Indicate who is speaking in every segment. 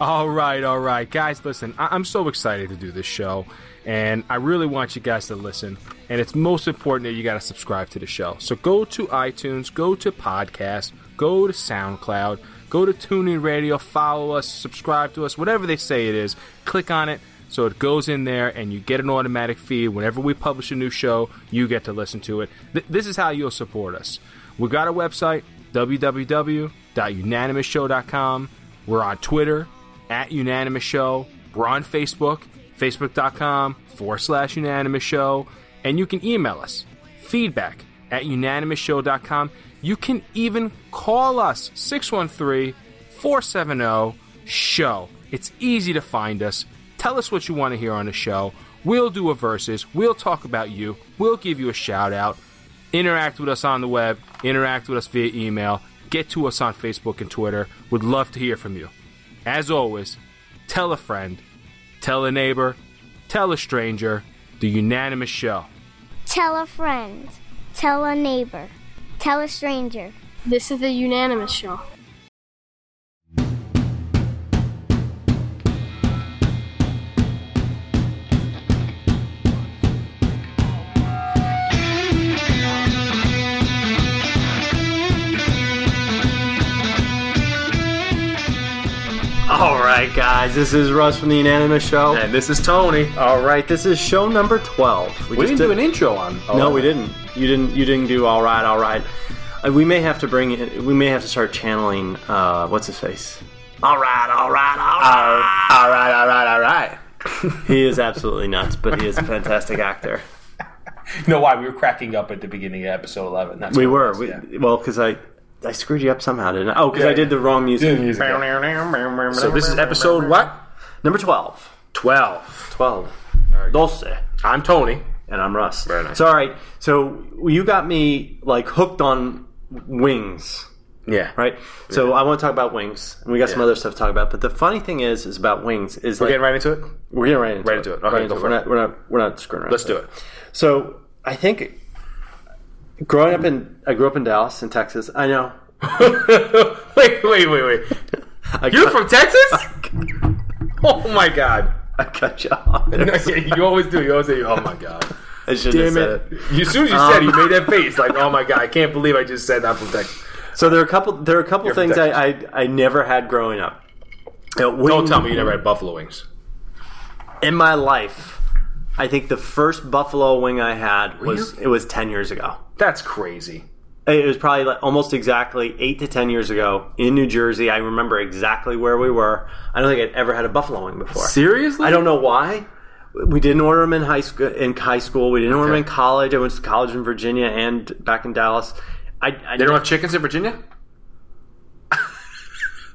Speaker 1: All right, all right, guys. Listen, I- I'm so excited to do this show, and I really want you guys to listen. And it's most important that you got to subscribe to the show. So go to iTunes, go to podcast, go to SoundCloud, go to TuneIn Radio, follow us, subscribe to us, whatever they say it is. Click on it. So it goes in there, and you get an automatic feed. Whenever we publish a new show, you get to listen to it. Th- this is how you'll support us. We got a website, www.unanimousshow.com. We're on Twitter, at Unanimous Show. We're on Facebook, facebook.com forward slash Unanimous Show. And you can email us, feedback at unanimousshow.com. You can even call us, 613 470 oh, SHOW. It's easy to find us. Tell us what you want to hear on the show. We'll do a versus. We'll talk about you. We'll give you a shout out. Interact with us on the web. Interact with us via email. Get to us on Facebook and Twitter. Would love to hear from you. As always, tell a friend, tell a neighbor, tell a stranger, the unanimous show.
Speaker 2: Tell a friend. Tell a neighbor. Tell a stranger.
Speaker 3: This is the Unanimous Show.
Speaker 4: All right, guys, this is Russ from the Unanimous Show.
Speaker 1: And this is Tony.
Speaker 4: All right, this is show number twelve.
Speaker 1: We
Speaker 4: just
Speaker 1: didn't do an intro on.
Speaker 4: No, we didn't. You didn't. You didn't do all right. All right. Uh, we may have to bring. In, we may have to start channeling. Uh, what's his face? All right. All right. All right.
Speaker 5: All right, all right, all right.
Speaker 4: he is absolutely nuts, but he is a fantastic actor.
Speaker 5: You know why we were cracking up at the beginning of episode eleven? That's
Speaker 4: We
Speaker 5: what it
Speaker 4: were.
Speaker 5: was,
Speaker 4: We,
Speaker 5: yeah.
Speaker 4: Well, because I I screwed you up somehow, didn't I? Oh, because
Speaker 5: Yeah,
Speaker 4: I did the wrong music.
Speaker 5: Doing music.
Speaker 1: So this is episode what?
Speaker 4: Number twelve.
Speaker 1: Twelve.
Speaker 4: Twelve. Dulce.
Speaker 1: I'm Tony.
Speaker 4: and I'm Russ.
Speaker 1: Very nice.
Speaker 4: So, all right. So you got me like hooked on wings,
Speaker 1: Yeah.
Speaker 4: right? So I want to talk about wings, and we got some
Speaker 1: Yeah.
Speaker 4: other stuff to talk about. But the funny thing is, is about wings is
Speaker 1: We're
Speaker 4: like,
Speaker 1: getting right into it.
Speaker 4: we're getting right into
Speaker 1: right
Speaker 4: it.
Speaker 1: into it. Okay, go
Speaker 4: into
Speaker 1: for
Speaker 4: We're
Speaker 1: it.
Speaker 4: not we're not we're not screwing around.
Speaker 1: Let's do it.
Speaker 4: So I think growing up in I grew up in Dallas in Texas. I know.
Speaker 1: wait, wait, wait, wait.
Speaker 4: I
Speaker 1: You're
Speaker 4: cut-
Speaker 1: from Texas? Oh my god.
Speaker 4: I cut you off.
Speaker 1: you always do. You always say, "Oh my god."
Speaker 4: I shouldn't
Speaker 1: Damn
Speaker 4: have said Um,
Speaker 1: it! You, as soon as you said, it, you made that face like, "Oh my god, I can't believe I just said that from Texas."
Speaker 4: So there are a couple. There are a couple
Speaker 1: You're from
Speaker 4: things I, I I never had growing up. Don't
Speaker 1: Don't tell me you never had buffalo wings.
Speaker 4: in my life, I think the first buffalo wing I had was
Speaker 1: you-
Speaker 4: it was ten years ago.
Speaker 1: That's crazy.
Speaker 4: It was probably like almost exactly eight to ten years ago in New Jersey. I remember exactly where we were. I don't think I'd ever had a buffalo wing before.
Speaker 1: Seriously?
Speaker 4: I don't know why. We didn't order them in high school. In high school, we didn't order them in college. I went to college in Virginia and back in Dallas. I, I
Speaker 1: They don't have chickens in Virginia.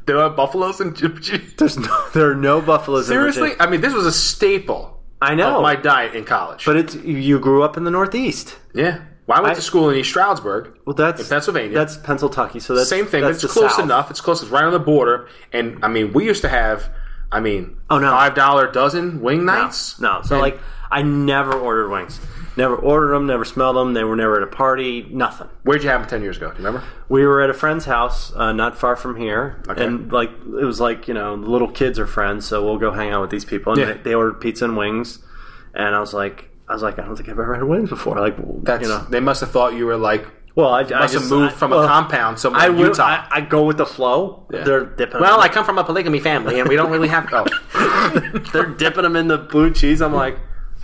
Speaker 1: they don't have buffaloes in Virginia.
Speaker 4: there's no, there are no buffaloes. in
Speaker 1: Seriously,
Speaker 4: Virginia.
Speaker 1: I mean, this was a staple
Speaker 4: I know.
Speaker 1: of my diet in college.
Speaker 4: but it's you grew up in the Northeast.
Speaker 1: yeah, well, I went
Speaker 4: I-
Speaker 1: to school in East Stroudsburg.
Speaker 4: Well, that's
Speaker 1: In Pennsylvania.
Speaker 4: That's Pennsylvania. So that's
Speaker 1: Same thing, but
Speaker 4: That's
Speaker 1: it's
Speaker 4: the
Speaker 1: close
Speaker 4: South.
Speaker 1: enough. It's close. It's right on the border. And I mean, we used to have, I mean,
Speaker 4: Oh, no.
Speaker 1: five dollar dozen wing
Speaker 4: No,
Speaker 1: nights.
Speaker 4: No, so
Speaker 1: And-
Speaker 4: like I never ordered wings. Never ordered them. Never smelled them. They were never at a party. Nothing.
Speaker 1: where'd you have them ten years ago? Do you remember?
Speaker 4: We were at a friend's house, uh, not far from here, and like it was like you know the little kids are friends, so we'll go hang out with these people. And
Speaker 1: Yeah.
Speaker 4: they, they ordered pizza and wings, and I was like, I was like, I don't think I've ever had wings before. Like
Speaker 1: That's
Speaker 4: you know,
Speaker 1: they must have thought you were like
Speaker 4: well, I, I
Speaker 1: must have
Speaker 4: just-
Speaker 1: moved
Speaker 4: I-
Speaker 1: from a
Speaker 4: well,
Speaker 1: compound somewhere
Speaker 4: I
Speaker 1: in
Speaker 4: would,
Speaker 1: Utah.
Speaker 4: I, I go with the flow.
Speaker 1: Yeah.
Speaker 4: They're dipping.
Speaker 1: well, I come from a polygamy family, and we don't really have. Oh,
Speaker 4: they're dipping them in the blue cheese. I'm like,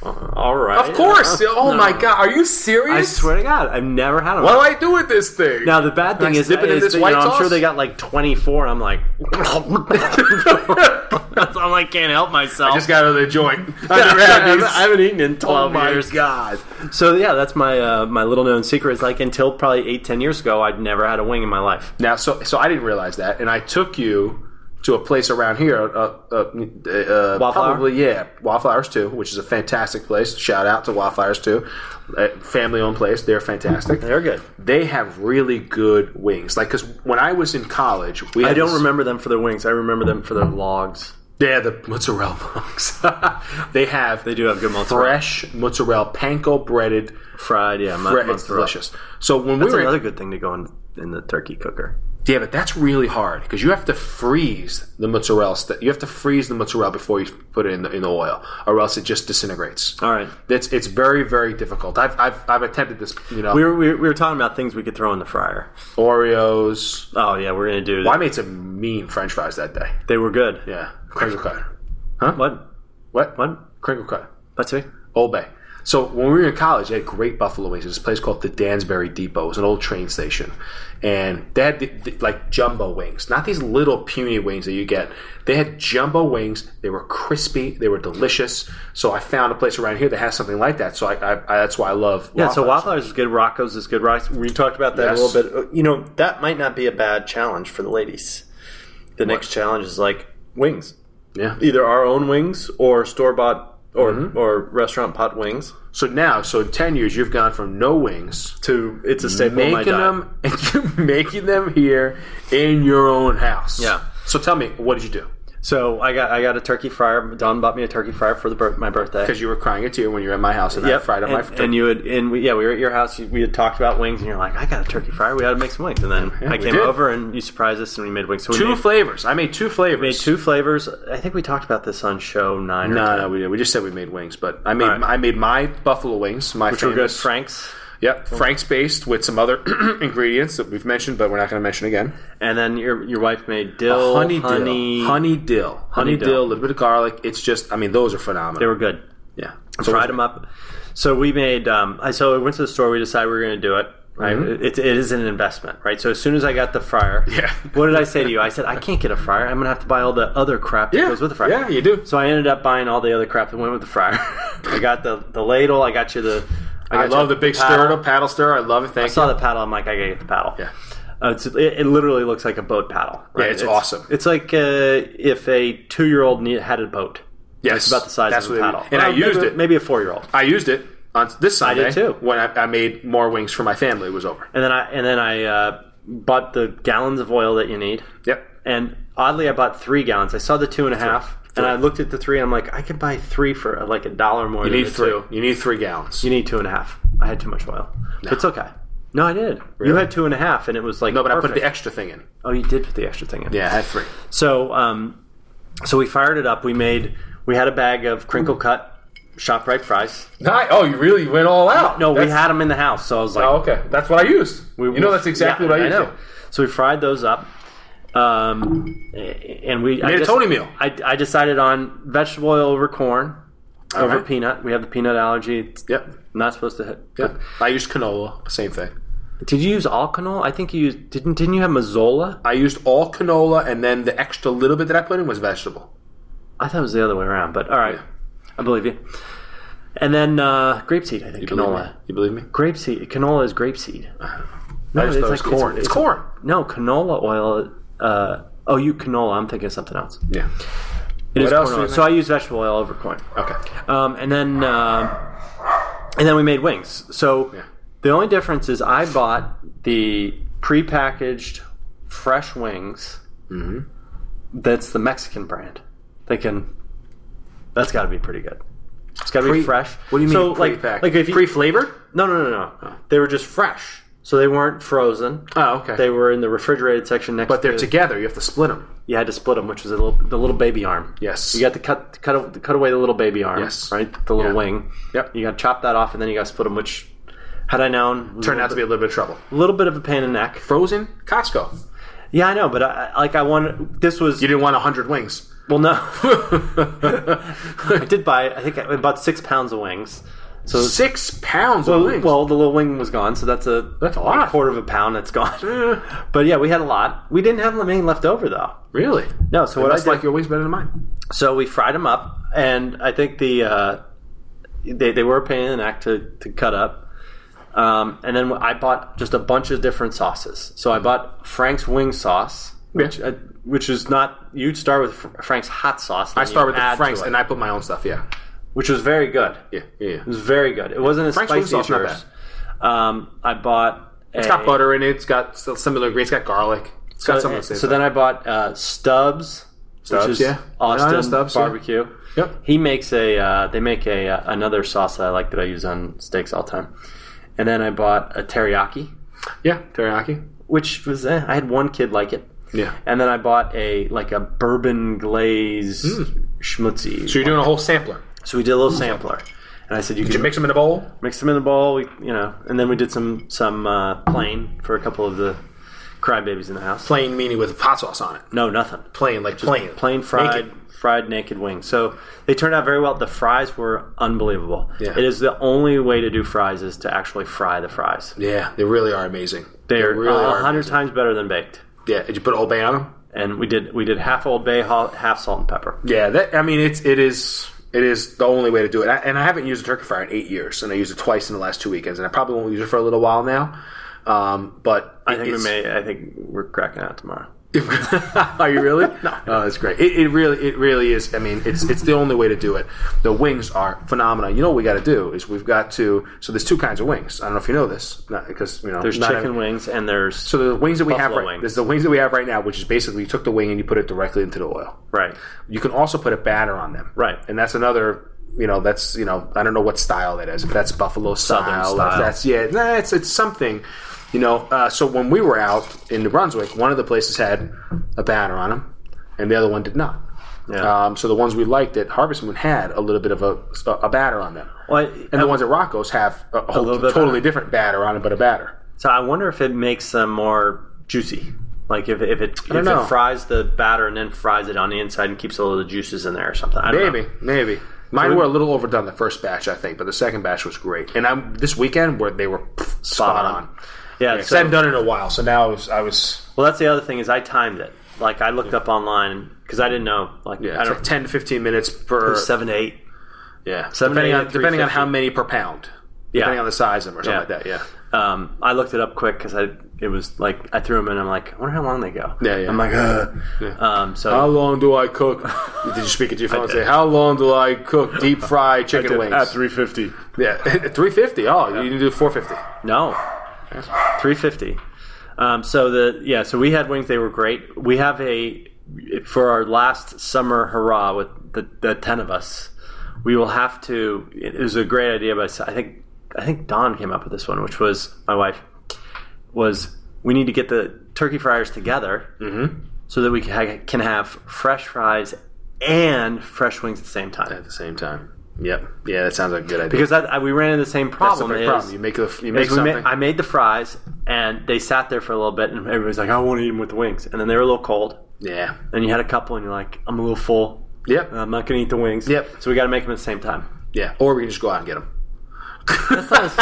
Speaker 4: "Uh, all right. Uh,
Speaker 1: of course. Oh
Speaker 4: No.
Speaker 1: my god, are you
Speaker 4: I
Speaker 1: serious?
Speaker 4: swear to God, I've never had them.
Speaker 1: What do I do with this thing?
Speaker 4: Now the bad thing
Speaker 1: I
Speaker 4: is,
Speaker 1: dip it in
Speaker 4: is
Speaker 1: this
Speaker 4: that, you
Speaker 1: white
Speaker 4: know, I'm
Speaker 1: sauce?
Speaker 4: sure they got like 24. I'm like, I'm like, can't help myself.
Speaker 1: I just got out of the joint. I
Speaker 4: I,
Speaker 1: never had these.
Speaker 4: haven't eaten in 12
Speaker 1: oh my
Speaker 4: years.
Speaker 1: god!
Speaker 4: So yeah, that's my uh, my little known secret. Is like until probably eight ten years ago, I'd never had a wing in my life.
Speaker 1: Now, so so I didn't realize that, and I took you to a place around here. Uh, uh, uh,
Speaker 4: Wildflower?
Speaker 1: Probably, yeah, Wildflowers too, which is a fantastic place. Shout out to Wildflowers too, uh, family owned place. They're fantastic.
Speaker 4: They're good.
Speaker 1: They have really good wings. Like, because when I was in college, we
Speaker 4: I
Speaker 1: had
Speaker 4: don't
Speaker 1: this-
Speaker 4: remember them for their wings. I remember them for their logs.
Speaker 1: Yeah, the mozzarella bugs. they have
Speaker 4: They do have good mozzarella.
Speaker 1: fresh mozzarella, panko breaded.
Speaker 4: fried, yeah,
Speaker 1: Fre-
Speaker 4: mozzarella.
Speaker 1: it's delicious. So when
Speaker 4: That's
Speaker 1: we were
Speaker 4: another good thing to go in in the turkey cooker.
Speaker 1: Yeah, but that's really hard because you have to freeze the mozzarella. St- you have to freeze the mozzarella before you put it in the, in the oil, or else it just disintegrates.
Speaker 4: All right.
Speaker 1: It's it's very very difficult. I've I've, I've attempted this. You know,
Speaker 4: We were, we were we were talking about things we could throw in the fryer.
Speaker 1: Oreos.
Speaker 4: Oh yeah, we're gonna do. that.
Speaker 1: I made some mean French fries that day.
Speaker 4: They were good.
Speaker 1: Yeah, crinkle cut.
Speaker 4: What?
Speaker 1: What
Speaker 4: What?
Speaker 1: crinkle cut?
Speaker 4: What's it?
Speaker 1: Old Bay. So when we were in college, they had great buffalo wings. There's this place called the Dansbury Depot. It was an old train station, and they had the, the, like jumbo wings, not these little puny wings that you get. They had jumbo wings. They were crispy. They were delicious. So I found a place around here that has something like that. So I, I, I that's why I love.
Speaker 4: Yeah, so
Speaker 1: Waffle House.
Speaker 4: Wildflowers is good. Rocco's is good. Rice. We talked about that a
Speaker 1: Yes.
Speaker 4: little bit. Uh, You know, that might not be a bad challenge for the ladies. The next challenge is like wings,
Speaker 1: Yeah.
Speaker 4: either our own wings or store bought or
Speaker 1: Mm-hmm.
Speaker 4: or restaurant pot wings.
Speaker 1: So now, so in ten years, you've gone from no wings
Speaker 4: To it's a staple. in my
Speaker 1: making
Speaker 4: diet.
Speaker 1: them and you making them here in your own house.
Speaker 4: Yeah.
Speaker 1: So tell me, what did you do?
Speaker 4: So I got I got a turkey fryer. Don bought me a turkey fryer for the bir- my birthday.
Speaker 1: Because you were crying a tear when you were at my house and I
Speaker 4: Yep,
Speaker 1: fried up
Speaker 4: and,
Speaker 1: my turkey.
Speaker 4: and you had and we, yeah we were at your house. you- We had talked about wings, and you're like, I got a turkey fryer. We ought to make some wings. And then
Speaker 1: Yeah,
Speaker 4: I
Speaker 1: we
Speaker 4: came
Speaker 1: did.
Speaker 4: over and you surprised us, and we made wings. So we
Speaker 1: two
Speaker 4: made,
Speaker 1: flavors. I made two flavors.
Speaker 4: made two flavors. I think we talked about this on show nine. or
Speaker 1: No,
Speaker 4: 10,
Speaker 1: no, we didn't. We just said we made wings, but I made
Speaker 4: All right.
Speaker 1: I made my buffalo wings. My
Speaker 4: which were good.
Speaker 1: famous-
Speaker 4: Frank's,
Speaker 1: Yep, Frank's based with some other ingredients that we've mentioned, but we're not going to mention again.
Speaker 4: and then your your wife made dill,
Speaker 1: honey,
Speaker 4: honey.
Speaker 1: dill, honey dill, honey,
Speaker 4: dill.
Speaker 1: dill, a little bit of garlic. It's just, I mean, those are phenomenal.
Speaker 4: They were good.
Speaker 1: yeah,
Speaker 4: Fried them up. So we made. Um, I so we went to the store. We decided we were going to do it. Right, it, it is an investment, right? So as soon as I got the fryer,
Speaker 1: Mm-hmm. Yeah.
Speaker 4: what did I say to you? I said I can't get a fryer. I'm gonna have to buy all the other crap that
Speaker 1: Yeah,
Speaker 4: goes with the fryer.
Speaker 1: yeah, you do.
Speaker 4: So I ended up buying all the other crap that went with the fryer. I got the, the ladle. I got you the.
Speaker 1: I
Speaker 4: got you
Speaker 1: love the big
Speaker 4: paddle.
Speaker 1: stirrer, paddle. stirrer. I love it. Thank
Speaker 4: I saw the paddle. I'm like, I gotta get the paddle.
Speaker 1: Yeah.
Speaker 4: Uh, it's, it, it literally looks like a boat paddle. Right?
Speaker 1: it's awesome.
Speaker 4: It's like uh, if a two year old had a boat.
Speaker 1: you. Yes,
Speaker 4: It's about the size
Speaker 1: That's
Speaker 4: of
Speaker 1: what
Speaker 4: a
Speaker 1: it-
Speaker 4: paddle.
Speaker 1: and I
Speaker 4: Well,
Speaker 1: used
Speaker 4: maybe,
Speaker 1: it.
Speaker 4: Maybe a four year old.
Speaker 1: I used it on this Sunday
Speaker 4: did too.
Speaker 1: when I, I made more wings for my family. It was over.
Speaker 4: And then I and then I uh, bought the gallons of oil that you need.
Speaker 1: Yep.
Speaker 4: And oddly, I bought three gallons. I saw the two and a half, and I looked at the three. and I'm like, I could buy three for uh, like a dollar more.
Speaker 1: You
Speaker 4: than
Speaker 1: need
Speaker 4: the
Speaker 1: three.
Speaker 4: Two.
Speaker 1: You need three gallons.
Speaker 4: You need two and a half. I had too much oil. It's okay. No, I did. You
Speaker 1: Really?
Speaker 4: had two and a half, and it was like
Speaker 1: no, but I put
Speaker 4: perfect.
Speaker 1: the extra thing in.
Speaker 4: oh, you did put the extra thing in.
Speaker 1: Yeah, I had three.
Speaker 4: So, um, so we fired it up. We made. We had a bag of crinkle cut Shoprite fries.
Speaker 1: Nice. Oh, you really went all out.
Speaker 4: No,
Speaker 1: Oh,
Speaker 4: we
Speaker 1: That's-
Speaker 4: had them in the house, so I was like,
Speaker 1: Oh, okay. That's what I used.
Speaker 4: We-
Speaker 1: you know, that's exactly
Speaker 4: yeah,
Speaker 1: what I used.
Speaker 4: know. So we fried those up, um, and we I
Speaker 1: Made a
Speaker 4: just-
Speaker 1: Tony meal.
Speaker 4: I, I decided on vegetable oil over corn over
Speaker 1: right.
Speaker 4: peanut. We have the peanut allergy. It's
Speaker 1: Yep.
Speaker 4: not supposed to hit.
Speaker 1: Yep. I used canola. Same thing.
Speaker 4: Did you use all canola? I think you used, didn't. Didn't you have mazola?
Speaker 1: I used all canola, and then the extra little bit that I put in was vegetable.
Speaker 4: I thought it was the other way around, but all right, I believe you. And then uh, grapeseed. I think canola.
Speaker 1: You believe me?
Speaker 4: Grapeseed. Canola is grapeseed.
Speaker 1: I just
Speaker 4: it's
Speaker 1: thought it
Speaker 4: like-
Speaker 1: was corn.
Speaker 4: it's-
Speaker 1: It's, corn.
Speaker 4: No, canola oil. Uh, oh, you canola. I'm thinking of something else.
Speaker 1: Yeah.
Speaker 4: It is
Speaker 1: What else
Speaker 4: corn
Speaker 1: do
Speaker 4: oil.
Speaker 1: we
Speaker 4: So I use vegetable oil over corn.
Speaker 1: Okay.
Speaker 4: Um, and then uh, and then we made wings. So
Speaker 1: Yeah.
Speaker 4: the only difference is I bought the prepackaged fresh wings.
Speaker 1: Mm-hmm.
Speaker 4: That's the Mexican brand. Thinking that's got to be pretty good. It's got to be
Speaker 1: Pre-
Speaker 4: fresh.
Speaker 1: What do you
Speaker 4: so
Speaker 1: mean? Oh.
Speaker 4: Like,
Speaker 1: pre-packed?
Speaker 4: like if you,
Speaker 1: pre-flavored?
Speaker 4: no, no, no, no. They were just fresh, so they weren't frozen.
Speaker 1: Oh, okay.
Speaker 4: They were in the refrigerated section next.
Speaker 1: but they're
Speaker 4: to,
Speaker 1: together. You have to split them.
Speaker 4: You had to split them, which was a little, the little baby arm.
Speaker 1: Yes.
Speaker 4: You got to cut cut cut away the little baby arm,
Speaker 1: Yes.
Speaker 4: right? The little
Speaker 1: Yeah.
Speaker 4: wing.
Speaker 1: Yep.
Speaker 4: You got to chop that off, and then you got to split them. Which, had I known,
Speaker 1: Turned out to be a little bit of trouble.
Speaker 4: a little bit of a pain in the neck.
Speaker 1: Frozen Costco.
Speaker 4: Yeah, I know, but I, I- like I wanted this was
Speaker 1: You didn't want hundred wings.
Speaker 4: well, no, I did buy I think I bought six pounds of wings. So
Speaker 1: Six pounds of wings.
Speaker 4: well, the little wing was gone, so that's a
Speaker 1: That's a lot.
Speaker 4: quarter of a pound that's gone.
Speaker 1: Uh,
Speaker 4: but yeah, we had a lot. We didn't have many left over though.
Speaker 1: really?
Speaker 4: No, so
Speaker 1: But
Speaker 4: what I
Speaker 1: that's
Speaker 4: did,
Speaker 1: like your wings better than mine.
Speaker 4: so we fried them up, and I think the uh, they they were a pain in the neck to, to cut up. Um, and then I bought just a bunch of different sauces. So I bought Frank's wing sauce, which
Speaker 1: Yeah.
Speaker 4: uh, which is not you'd start with Fr- Frank's hot sauce.
Speaker 1: I start with the Franks,
Speaker 4: and
Speaker 1: and I put my own stuff. Yeah.
Speaker 4: which was very good.
Speaker 1: Yeah. Yeah. yeah.
Speaker 4: It was very good. It wasn't as
Speaker 1: Frank's wing
Speaker 4: spicy as
Speaker 1: sauce, not
Speaker 4: yours. Um, I bought.
Speaker 1: It's got butter in it. It's got s- similar ingredients. It's got garlic. It's got some of the same
Speaker 4: so then I bought uh, Stubbs,
Speaker 1: Stubbs,
Speaker 4: which is
Speaker 1: yeah. Yeah,
Speaker 4: Austin
Speaker 1: I know Stubbs, yeah.
Speaker 4: barbecue.
Speaker 1: Yep.
Speaker 4: He makes a uh, they make a uh, another sauce that I like that I use on steaks all the time. And then I bought a teriyaki,
Speaker 1: Yeah, teriyaki.
Speaker 4: which was eh, I had one kid like it.
Speaker 1: Yeah.
Speaker 4: And then I bought a like a bourbon glaze
Speaker 5: Hmm.
Speaker 4: schmutzy.
Speaker 5: So you're doing a whole sampler.
Speaker 4: So we did a little sampler, and I said you
Speaker 5: Did you
Speaker 4: can
Speaker 5: mix them in a bowl?
Speaker 4: mix them in the bowl, we, you know, and then we did some some uh, plain for a couple of the crybabies in the house.
Speaker 5: Plain meaning with hot sauce on it.
Speaker 4: No, nothing.
Speaker 5: Plain, like plain.
Speaker 4: plain fried
Speaker 5: Naked.
Speaker 4: fried naked wings. So they turned out very well. The fries were unbelievable.
Speaker 5: Yeah.
Speaker 4: It is the only way to do fries is to actually fry the fries.
Speaker 5: Yeah, they really are amazing.
Speaker 4: They are
Speaker 5: really
Speaker 4: a hundred
Speaker 5: amazing.
Speaker 4: times better than baked.
Speaker 5: Yeah, did you put Old Bay on them?
Speaker 4: And we did we did half Old Bay, ha- half salt and pepper.
Speaker 5: Yeah, that I mean it's it is it is the only way to do it. I, and I haven't used a turkey fryer in eight years, and I used it twice in the last two weekends, and I probably won't use it for a little while now. Um, but
Speaker 4: I think we may. I think we're cracking out tomorrow.
Speaker 5: Are you really? no, no, that's great. It, it really, it really is. I mean, it's it's the only way to do it. The wings are phenomenal. You know what we got to do is we've got to. So there's two kinds of wings. I don't know if you know this, not because you know
Speaker 4: There's
Speaker 5: not
Speaker 4: chicken
Speaker 5: every-
Speaker 4: wings and there's
Speaker 5: So the wings that we have
Speaker 4: Buffalo
Speaker 5: right,
Speaker 4: wings.
Speaker 5: there's the wings that we have right now, which is basically you took the wing and you put it directly into the oil.
Speaker 4: right.
Speaker 5: You can also put a batter on them.
Speaker 4: Right.
Speaker 5: And that's another, you know, that's, you know, I don't know what style that is. If that's Buffalo style,
Speaker 4: Southern
Speaker 5: if
Speaker 4: style.
Speaker 5: that's, yeah, nah, it's, it's something, you know. Uh, so when we were out in New Brunswick, one of the places had a batter on them and the other one did not.
Speaker 4: Yeah.
Speaker 5: Um, so the ones we liked at Harvest Moon had a little bit of a, a batter on them.
Speaker 4: Well, I-
Speaker 5: and the ones at Rocco's have a, whole,
Speaker 4: little bit
Speaker 5: totally
Speaker 4: better.
Speaker 5: different batter on it, but a batter.
Speaker 4: So I wonder if it makes them more juicy. Like if, if it if
Speaker 5: don't know.
Speaker 4: it fries the batter and then fries it on the inside and keeps all of the juices in there or something. I don't know.
Speaker 5: Maybe, maybe. Mine were a little overdone the first batch, I think, but the second batch was great. And I'm this weekend where they were pff, spot,
Speaker 4: on.
Speaker 5: on.
Speaker 4: Yeah.
Speaker 5: Because
Speaker 4: so-
Speaker 5: I hadn't done it in a while, so now I was, I was
Speaker 4: Well, that's the other thing is I timed it. Like I looked up online because I didn't know. Like
Speaker 5: yeah,
Speaker 4: I
Speaker 5: it's
Speaker 4: don't
Speaker 5: like ten to fifteen minutes per
Speaker 4: seven to eight.
Speaker 5: yeah,
Speaker 4: seven,
Speaker 5: depending
Speaker 4: eight,
Speaker 5: on depending on
Speaker 4: 350.
Speaker 5: how many per pound,
Speaker 4: Yeah.
Speaker 5: depending on the size of them or something
Speaker 4: Yeah.
Speaker 5: like that. Yeah,
Speaker 4: Um, I looked it up quick because I it was like I threw them in. I'm like, I wonder how long they go.
Speaker 5: Yeah, yeah.
Speaker 4: I'm like, uh.
Speaker 5: Yeah.
Speaker 4: um, so
Speaker 5: how long do I cook? did you speak into your phone and
Speaker 4: did.
Speaker 5: say, "How long do I cook deep fried chicken wings?"
Speaker 4: three fifty.
Speaker 5: yeah, three fifty. Oh, you can do four fifty.
Speaker 4: No, three fifty. Um, so the yeah, so we had wings. They were great. We have a for our last summer hurrah with the, the ten of us. We will have to. It was a great idea, but I think I think Don came up with this one, which was my wife. Was we need to get the turkey fryers together
Speaker 5: Mm-hmm.
Speaker 4: so that we can ha- can have fresh fries and fresh wings at the same time.
Speaker 5: At the same time. Yep. Yeah, that sounds like a good idea.
Speaker 4: Because that, I, we ran into the same
Speaker 5: that's the
Speaker 4: problem.
Speaker 5: big
Speaker 4: is-
Speaker 5: problem. You make the you make
Speaker 4: Because we
Speaker 5: something.
Speaker 4: ma- I made the fries, and they sat there for a little bit, and everybody's like, "I want to eat them with the wings." And then they were a little cold.
Speaker 5: yeah.
Speaker 4: And you had a couple, and you're like, "I'm a little full.
Speaker 5: Yep.
Speaker 4: and I'm not going to eat the wings."
Speaker 5: Yep.
Speaker 4: So we got to make them at the same time.
Speaker 5: Yeah, or we can just go out and get them.
Speaker 4: That's not as,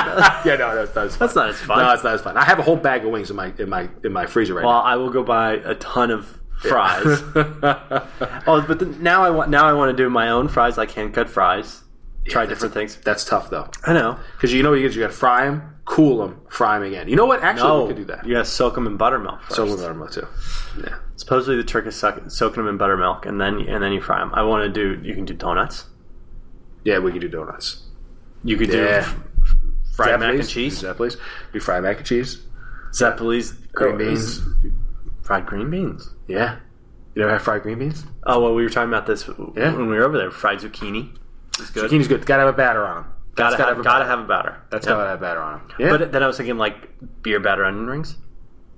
Speaker 5: Yeah, no, that's not as fun.
Speaker 4: that's not as fun.
Speaker 5: No, it's not as fun. I have a whole bag of wings in my in my in my freezer right
Speaker 4: well, I will go buy a ton of fries.
Speaker 5: now.
Speaker 4: oh, but the, now I want now I want to do my own fries, like hand cut fries. try
Speaker 5: that's
Speaker 4: different things.
Speaker 5: that's tough though,
Speaker 4: I know.
Speaker 5: because you know what you get you got to fry them, cool them, fry them again. You know what? Actually,
Speaker 4: No,
Speaker 5: we could do that.
Speaker 4: Oh, You got to soak them in buttermilk. First.
Speaker 5: so we'll learn about too. Yeah,
Speaker 4: Supposedly the trick is soak, soaking them in buttermilk, and then and then you fry them. I want to do. You can do donuts.
Speaker 5: yeah, we could do donuts.
Speaker 4: You could do
Speaker 5: Yeah.
Speaker 4: f- f- fried mac and
Speaker 5: Zeppelis,
Speaker 4: cheese,
Speaker 5: Zeppelis. We fry mac and cheese,
Speaker 4: Zeppelin's
Speaker 5: green beans.
Speaker 4: fried green beans.
Speaker 5: Yeah, you never have fried green beans?
Speaker 4: Oh well, we were talking about this
Speaker 5: Yeah.
Speaker 4: when we were over there. Fried zucchini is good.
Speaker 5: Zucchini's good. Got to have a batter on them.
Speaker 4: gotta
Speaker 5: gotta
Speaker 4: have,
Speaker 5: have a
Speaker 4: gotta
Speaker 5: batter.
Speaker 4: have a batter.
Speaker 5: That's
Speaker 4: Yeah.
Speaker 5: got to have batter on them. Yeah,
Speaker 4: But then I was thinking like beer batter onion rings.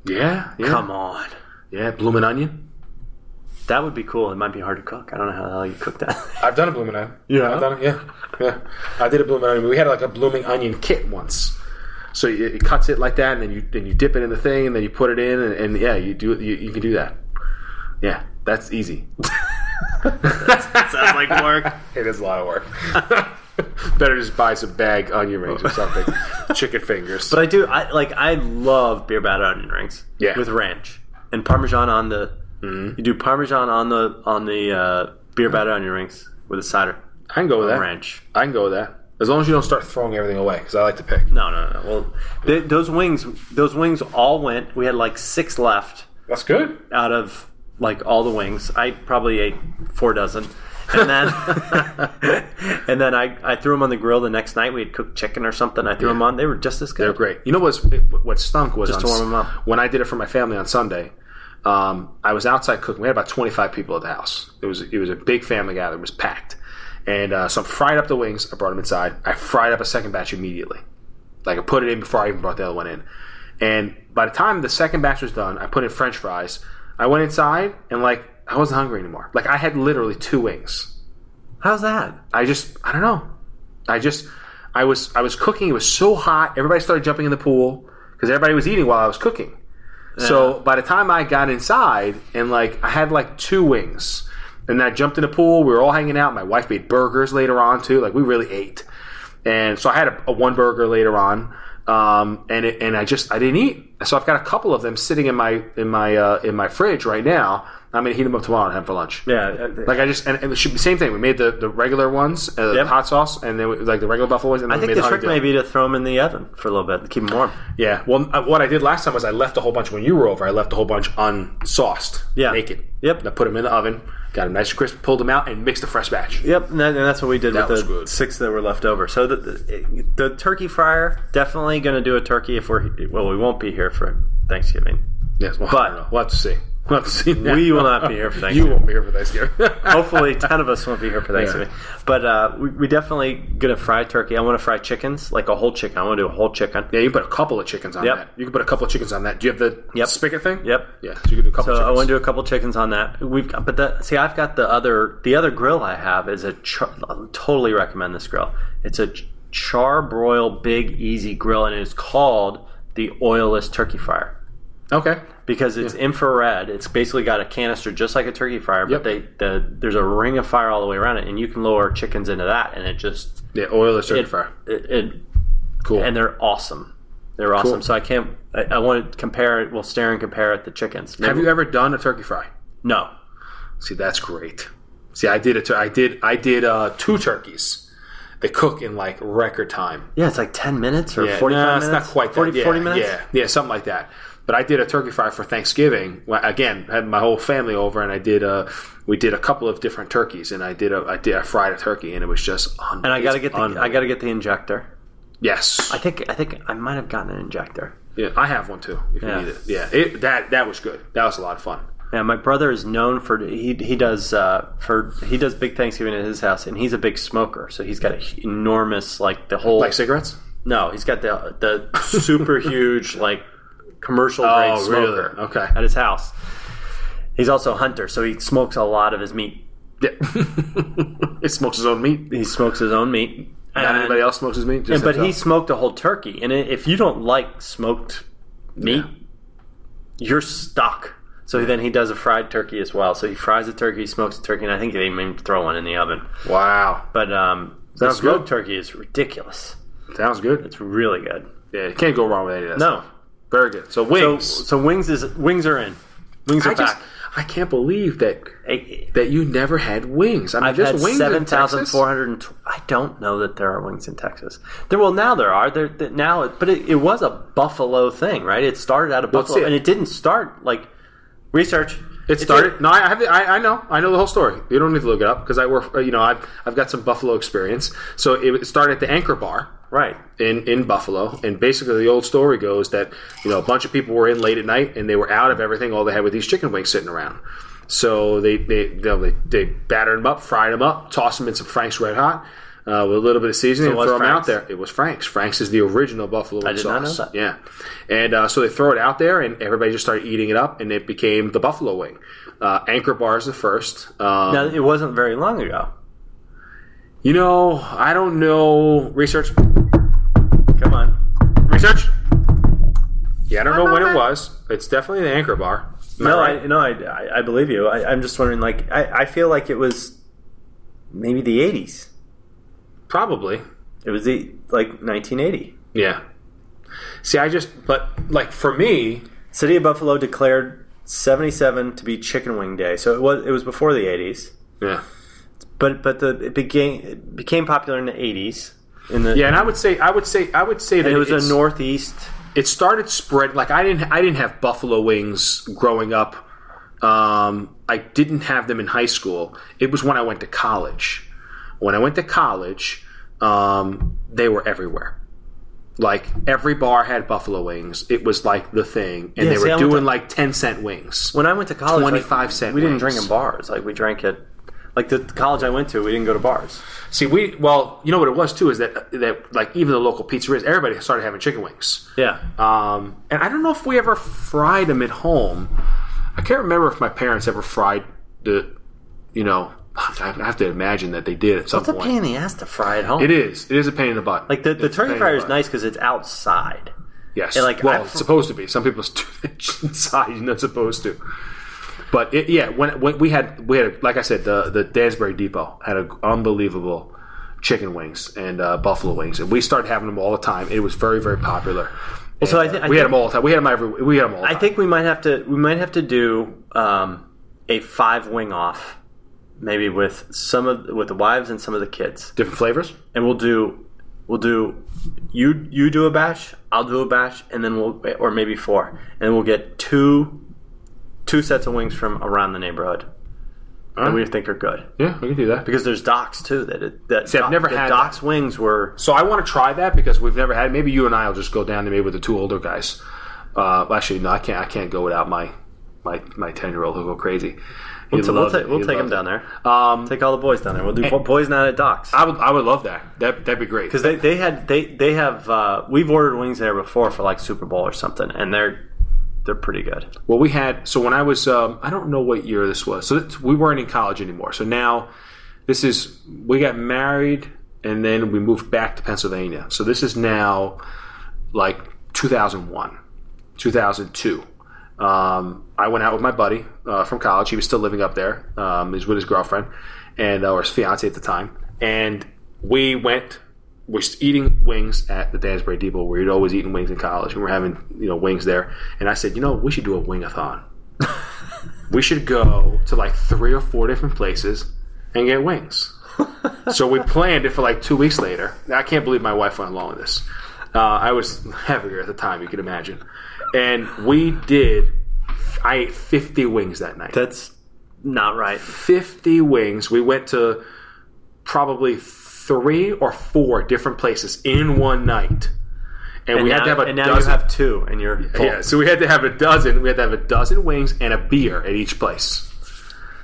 Speaker 5: yeah, yeah.
Speaker 4: Come on,
Speaker 5: yeah, bloomin' onion.
Speaker 4: that would be cool. It might be hard to cook. I don't know how the hell you cook that.
Speaker 5: I've done a blooming onion.
Speaker 4: Yeah?
Speaker 5: I've done it. Yeah, yeah. I did a blooming onion. We had like a blooming onion kit once. So you, it cuts it like that, and then you then you dip it in the thing, and then you put it in, and, and yeah, you do you, you can do that. Yeah, that's easy.
Speaker 4: Sounds like work.
Speaker 5: It is a lot of work. Better just buy some bag onion rings or something, chicken fingers.
Speaker 4: But I do. I like. I love beer batter onion rings.
Speaker 5: Yeah.
Speaker 4: with ranch and parmesan on the. You do parmesan on the on the uh, beer batter onion rings with a cider
Speaker 5: I can go with that.
Speaker 4: ranch.
Speaker 5: I can go with that as long as you don't start throwing everything away because I like to pick.
Speaker 4: No, no, no. Well, th those wings, those wings all went. We had like six left
Speaker 5: That's good.
Speaker 4: out of like all the wings. I probably ate four dozen, and then and then I, I threw them on the grill the next night. We had cooked chicken or something. I threw them on. They were just as good.
Speaker 5: They're great. You know what's what stunk was
Speaker 4: Just
Speaker 5: on-
Speaker 4: to warm 'em up.
Speaker 5: When I did it for my family on Sunday, um, I was outside cooking. We had about twenty five people at the house. It was it was a big family gathering. It was packed, and uh, so I fried up the wings. I brought them inside. I fried up a second batch immediately. Like I put it in before I even brought the other one in. And by the time the second batch was done, I put in French fries. I went inside and like I wasn't hungry anymore. Like I had literally two wings.
Speaker 4: How's that?
Speaker 5: I just I don't know. I just I was I was cooking. It was so hot. Everybody started jumping in the pool because everybody was eating while I was cooking. So by the time I got inside and like I had like two wings, and then I jumped in the pool. We were all hanging out. My wife made burgers later on too. Like we really ate, and so I had a, a one burger later on. Um, and it, and I just I didn't eat. So I've got a couple of them sitting in my in my uh, in my fridge right now. I'm gonna heat them up tomorrow and have them for lunch.
Speaker 4: Yeah. uh,
Speaker 5: Like I just and, and it should be same thing. We made the, the regular ones, uh,
Speaker 4: Yep.
Speaker 5: hot sauce, and then we, like the regular buffalo ones. And then
Speaker 4: I
Speaker 5: we
Speaker 4: think
Speaker 5: made
Speaker 4: the trick
Speaker 5: honeydew.
Speaker 4: may be to throw them in the oven for a little bit, to keep them warm.
Speaker 5: Yeah. Well, uh, what I did last time was I left a whole bunch when you were over. I left a whole bunch unsauced,
Speaker 4: Yeah.
Speaker 5: naked.
Speaker 4: Yep.
Speaker 5: And I put them in the oven, got them nice and crisp, pulled them out, and mixed a fresh batch.
Speaker 4: Yep, and, that, and that's what we did
Speaker 5: That
Speaker 4: with
Speaker 5: was
Speaker 4: the
Speaker 5: good.
Speaker 4: six that were left over. So the, the, the turkey fryer definitely going to do a turkey if we're well, we won't be here for Thanksgiving.
Speaker 5: Yes. Well,
Speaker 4: But-
Speaker 5: I don't know. we'll have to see. We'll have to see. now.
Speaker 4: We will not be here for
Speaker 5: you
Speaker 4: Thanksgiving.
Speaker 5: won't be here for Thanksgiving.
Speaker 4: Hopefully, ten of us won't be here for Thanksgiving. But uh, we, we definitely going to fry turkey. I want to fry chickens, like a whole chicken. I want to do a whole chicken.
Speaker 5: Yeah, you can put a couple of chickens on
Speaker 4: Yep.
Speaker 5: that. You can put a couple of chickens on that. Do you have the
Speaker 4: Yep.
Speaker 5: spigot thing?
Speaker 4: Yep.
Speaker 5: Yeah. So you can do a couple.
Speaker 4: So
Speaker 5: of
Speaker 4: I
Speaker 5: chickens.
Speaker 4: want to do a couple chickens on that. We've got, but the, see, I've got the other the other grill I have is a char, I totally recommend this grill. It's a ch- char broil big easy grill, and it's called the oilless turkey fryer
Speaker 5: Okay.
Speaker 4: because it's infrared. It's basically got a canister just like a turkey fryer,
Speaker 5: Yep.
Speaker 4: but they the there's a ring of fire all the way around it, and you can lower chickens into that, and it just
Speaker 5: Yeah. Oil or circuit
Speaker 4: it,
Speaker 5: fryer.
Speaker 4: it, it
Speaker 5: Cool.
Speaker 4: and they're awesome. They're awesome. So I can't. I, I want to compare it. We'll stare and compare at the chickens.
Speaker 5: have you ever done a turkey fry?
Speaker 4: No.
Speaker 5: See, that's great. See, I did a tur- I did I did uh, two turkeys. They cook in like record time.
Speaker 4: Yeah, it's like 10 minutes or
Speaker 5: Yeah,
Speaker 4: 45
Speaker 5: nah,
Speaker 4: minutes.
Speaker 5: It's not quite that.
Speaker 4: 40,
Speaker 5: yeah,
Speaker 4: 40 minutes?
Speaker 5: Yeah, yeah, something like that. But I did a turkey fry for Thanksgiving. Well, Again, had my whole family over, and I did a. We did a couple of different turkeys, and I did a. I did I fried a turkey, and it was just. Un-
Speaker 4: And I got to
Speaker 5: it's
Speaker 4: get the
Speaker 5: unreal.
Speaker 4: I got to get the injector.
Speaker 5: yes,
Speaker 4: I think I think I might have gotten an injector.
Speaker 5: yeah, I have one too. If
Speaker 4: Yeah.
Speaker 5: you need it, yeah, it, that that was good. That was a lot of fun.
Speaker 4: Yeah, my brother is known for he he does uh, for he does big Thanksgiving at his house, and he's a big smoker, so he's got a enormous like the whole
Speaker 5: Like cigarettes.
Speaker 4: no, he's got the the super huge like commercial grade
Speaker 5: Oh, really?
Speaker 4: smoker
Speaker 5: Okay.
Speaker 4: at his house. He's also a hunter, so he smokes a lot of his meat.
Speaker 5: Yeah, it smokes his own meat.
Speaker 4: He smokes his own meat.
Speaker 5: Not
Speaker 4: And-
Speaker 5: anybody else smokes his meat. Just
Speaker 4: but he
Speaker 5: himself.
Speaker 4: smoked a whole turkey, and i- if you don't like smoked meat, you're stuck. So then he does a fried turkey as well. So he fries a turkey, smokes a turkey, and I think they even throw one in the oven.
Speaker 5: wow,
Speaker 4: But um, the
Speaker 5: Sounds
Speaker 4: smoked
Speaker 5: good.
Speaker 4: turkey is ridiculous.
Speaker 5: sounds good.
Speaker 4: It's really good.
Speaker 5: Yeah, you can't go wrong with any of that.
Speaker 4: No,
Speaker 5: very good.
Speaker 4: so,
Speaker 5: So wings.
Speaker 4: so wings is wings are in. Wings are
Speaker 5: I just
Speaker 4: back.
Speaker 5: I can't believe that
Speaker 4: I-
Speaker 5: that you never had wings. I mean,
Speaker 4: I've
Speaker 5: just
Speaker 4: had
Speaker 5: wings
Speaker 4: seven thousand four
Speaker 5: four.
Speaker 4: hundred and. I don't know that there are wings in Texas. There, well, now there are. There there- now, it- but it, it was a Buffalo thing, right? It started out of
Speaker 5: Well, it's
Speaker 4: Buffalo,
Speaker 5: it.
Speaker 4: and it didn't start like research.
Speaker 5: It started. No, I have. the- I, I know. I know the whole story. You don't need to look it up because I work. uh, You know, I've I've got some Buffalo experience. So it started at the Anchor Bar.
Speaker 4: right.
Speaker 5: in, in Buffalo. And basically, the old story goes that you know a bunch of people were in late at night and they were out of everything. All they had were these chicken wings sitting around. So they they you know, they, they battered them up, fried them up, tossed them in some Frank's Red Hot. Uh, with a little bit of
Speaker 4: So it
Speaker 5: seasoning and
Speaker 4: was
Speaker 5: throw them out
Speaker 4: Frank's?
Speaker 5: there. It was Frank's. Frank's is the original buffalo wing
Speaker 4: did not
Speaker 5: sauce.
Speaker 4: know that.
Speaker 5: Yeah, and uh, so they throw it out there, and everybody just started eating it up, and it became the buffalo wing. Uh, Anchor Bar is the first. Um,
Speaker 4: Now, it wasn't very long ago.
Speaker 5: you know, I don't know research.
Speaker 4: Come on.
Speaker 5: Research. Yeah, I don't know when it was. It's definitely the Anchor Bar. Am
Speaker 4: No,
Speaker 5: right?
Speaker 4: I no, I- I, I believe you. I, I'm just wondering. Like, I, I feel like it was maybe the '80s.
Speaker 5: probably.
Speaker 4: It was the like 1980.
Speaker 5: Yeah. See, I just but like for me,
Speaker 4: City of Buffalo declared 77 to be Chicken Wing Day, so it was it was before the 80s.
Speaker 5: yeah,
Speaker 4: But but the it became it became popular in the 80s. In the
Speaker 5: yeah, and I would say, I would say, I would say that
Speaker 4: it was
Speaker 5: it's-
Speaker 4: a northeast.
Speaker 5: It started spread like I didn't, I didn't have buffalo wings growing up. Um, I didn't have them in high school. It was when I went to college. When I went to college, um, they were everywhere. Like every bar had buffalo wings. It was like the thing,
Speaker 4: Yeah,
Speaker 5: and they
Speaker 4: see, I
Speaker 5: were
Speaker 4: went
Speaker 5: doing
Speaker 4: to-
Speaker 5: like ten cent wings.
Speaker 4: When I went to college, like,
Speaker 5: 25 cent
Speaker 4: We didn't
Speaker 5: wings.
Speaker 4: drink in bars. Like we drank at Like the college I went to, we didn't go to bars.
Speaker 5: See, we well, you know what it was too is that that like even the local pizzerias, everybody started having chicken wings.
Speaker 4: Yeah.
Speaker 5: Um, and I don't know if we ever fried them at home. I can't remember if my parents ever fried the, you know, I have to imagine that they did at some
Speaker 4: It's a
Speaker 5: point.
Speaker 4: pain in the ass to fry at home.
Speaker 5: It is. It is a pain in the butt.
Speaker 4: Like the, the
Speaker 5: It's a pain
Speaker 4: turkey
Speaker 5: in the
Speaker 4: fryer is
Speaker 5: butt.
Speaker 4: nice because it's outside.
Speaker 5: Yes.
Speaker 4: And, like,
Speaker 5: well,
Speaker 4: I-
Speaker 5: it's supposed to be. Some people do that inside. You're not supposed to. But it, yeah, when, when we had we had like I said, the the Dansbury Depot had an unbelievable chicken wings and uh, buffalo wings, and we started having them all the time. It was very very popular. And,
Speaker 4: so I thi-
Speaker 5: uh,
Speaker 4: I think-
Speaker 5: we had them all the time. We had them every. We had them all. The
Speaker 4: I
Speaker 5: time.
Speaker 4: think we might have to we might have to do um, a five wing off, maybe with some of with the wives and some of the kids,
Speaker 5: different flavors.
Speaker 4: and we'll do we'll do you you do a batch, I'll do a batch, and then we'll or maybe four, and we'll get two two sets of wings from around the neighborhood that we think are good
Speaker 5: Yeah, we can do that.
Speaker 4: because there's docks too that it, that
Speaker 5: See, I've never
Speaker 4: the
Speaker 5: had
Speaker 4: docks wings were
Speaker 5: So I want to try that because we've never had. Maybe you and I will just go down to maybe with the two older guys. Uh, actually, no, I can't. I can't go without my my my ten year old who'll go crazy. We'll,
Speaker 4: so we'll, ta- we'll take them down there.
Speaker 5: Um,
Speaker 4: Take all the boys down there. We'll do boys night at docks.
Speaker 5: I would I would love that. That that'd be great.
Speaker 4: Because they, they had they they have uh, we've ordered wings there before for like Super Bowl or something, and they're they're pretty good.
Speaker 5: Well, we had so when I was um, I don't know what year this was. So it's- we weren't in college anymore. So now this is we got married and then we moved back to Pennsylvania. So this is now like 2001, 2002. Um, I went out with my buddy uh, from college. He was still living up there. Um, he's with his girlfriend and uh, or his fiance at the time. And we went. We're just eating wings at the Dansbury Depot, where you'd always eating wings in college, and we're having you know wings there. And I said, you know, we should do a wingathon. we should go to like three or four different places and get wings. so we planned it for like two weeks later. I can't believe my wife went along with this. Uh, I was heavier at the time, you can imagine, and we did. I ate fifty wings that night.
Speaker 4: That's not right.
Speaker 5: 50 wings. We went to probably three or four different places in one night. And, we
Speaker 4: now,
Speaker 5: had to have a
Speaker 4: and now
Speaker 5: dozen.
Speaker 4: you have two, and you're full.
Speaker 5: yeah, so we had to have a dozen. We had to have a dozen wings and a beer at each place.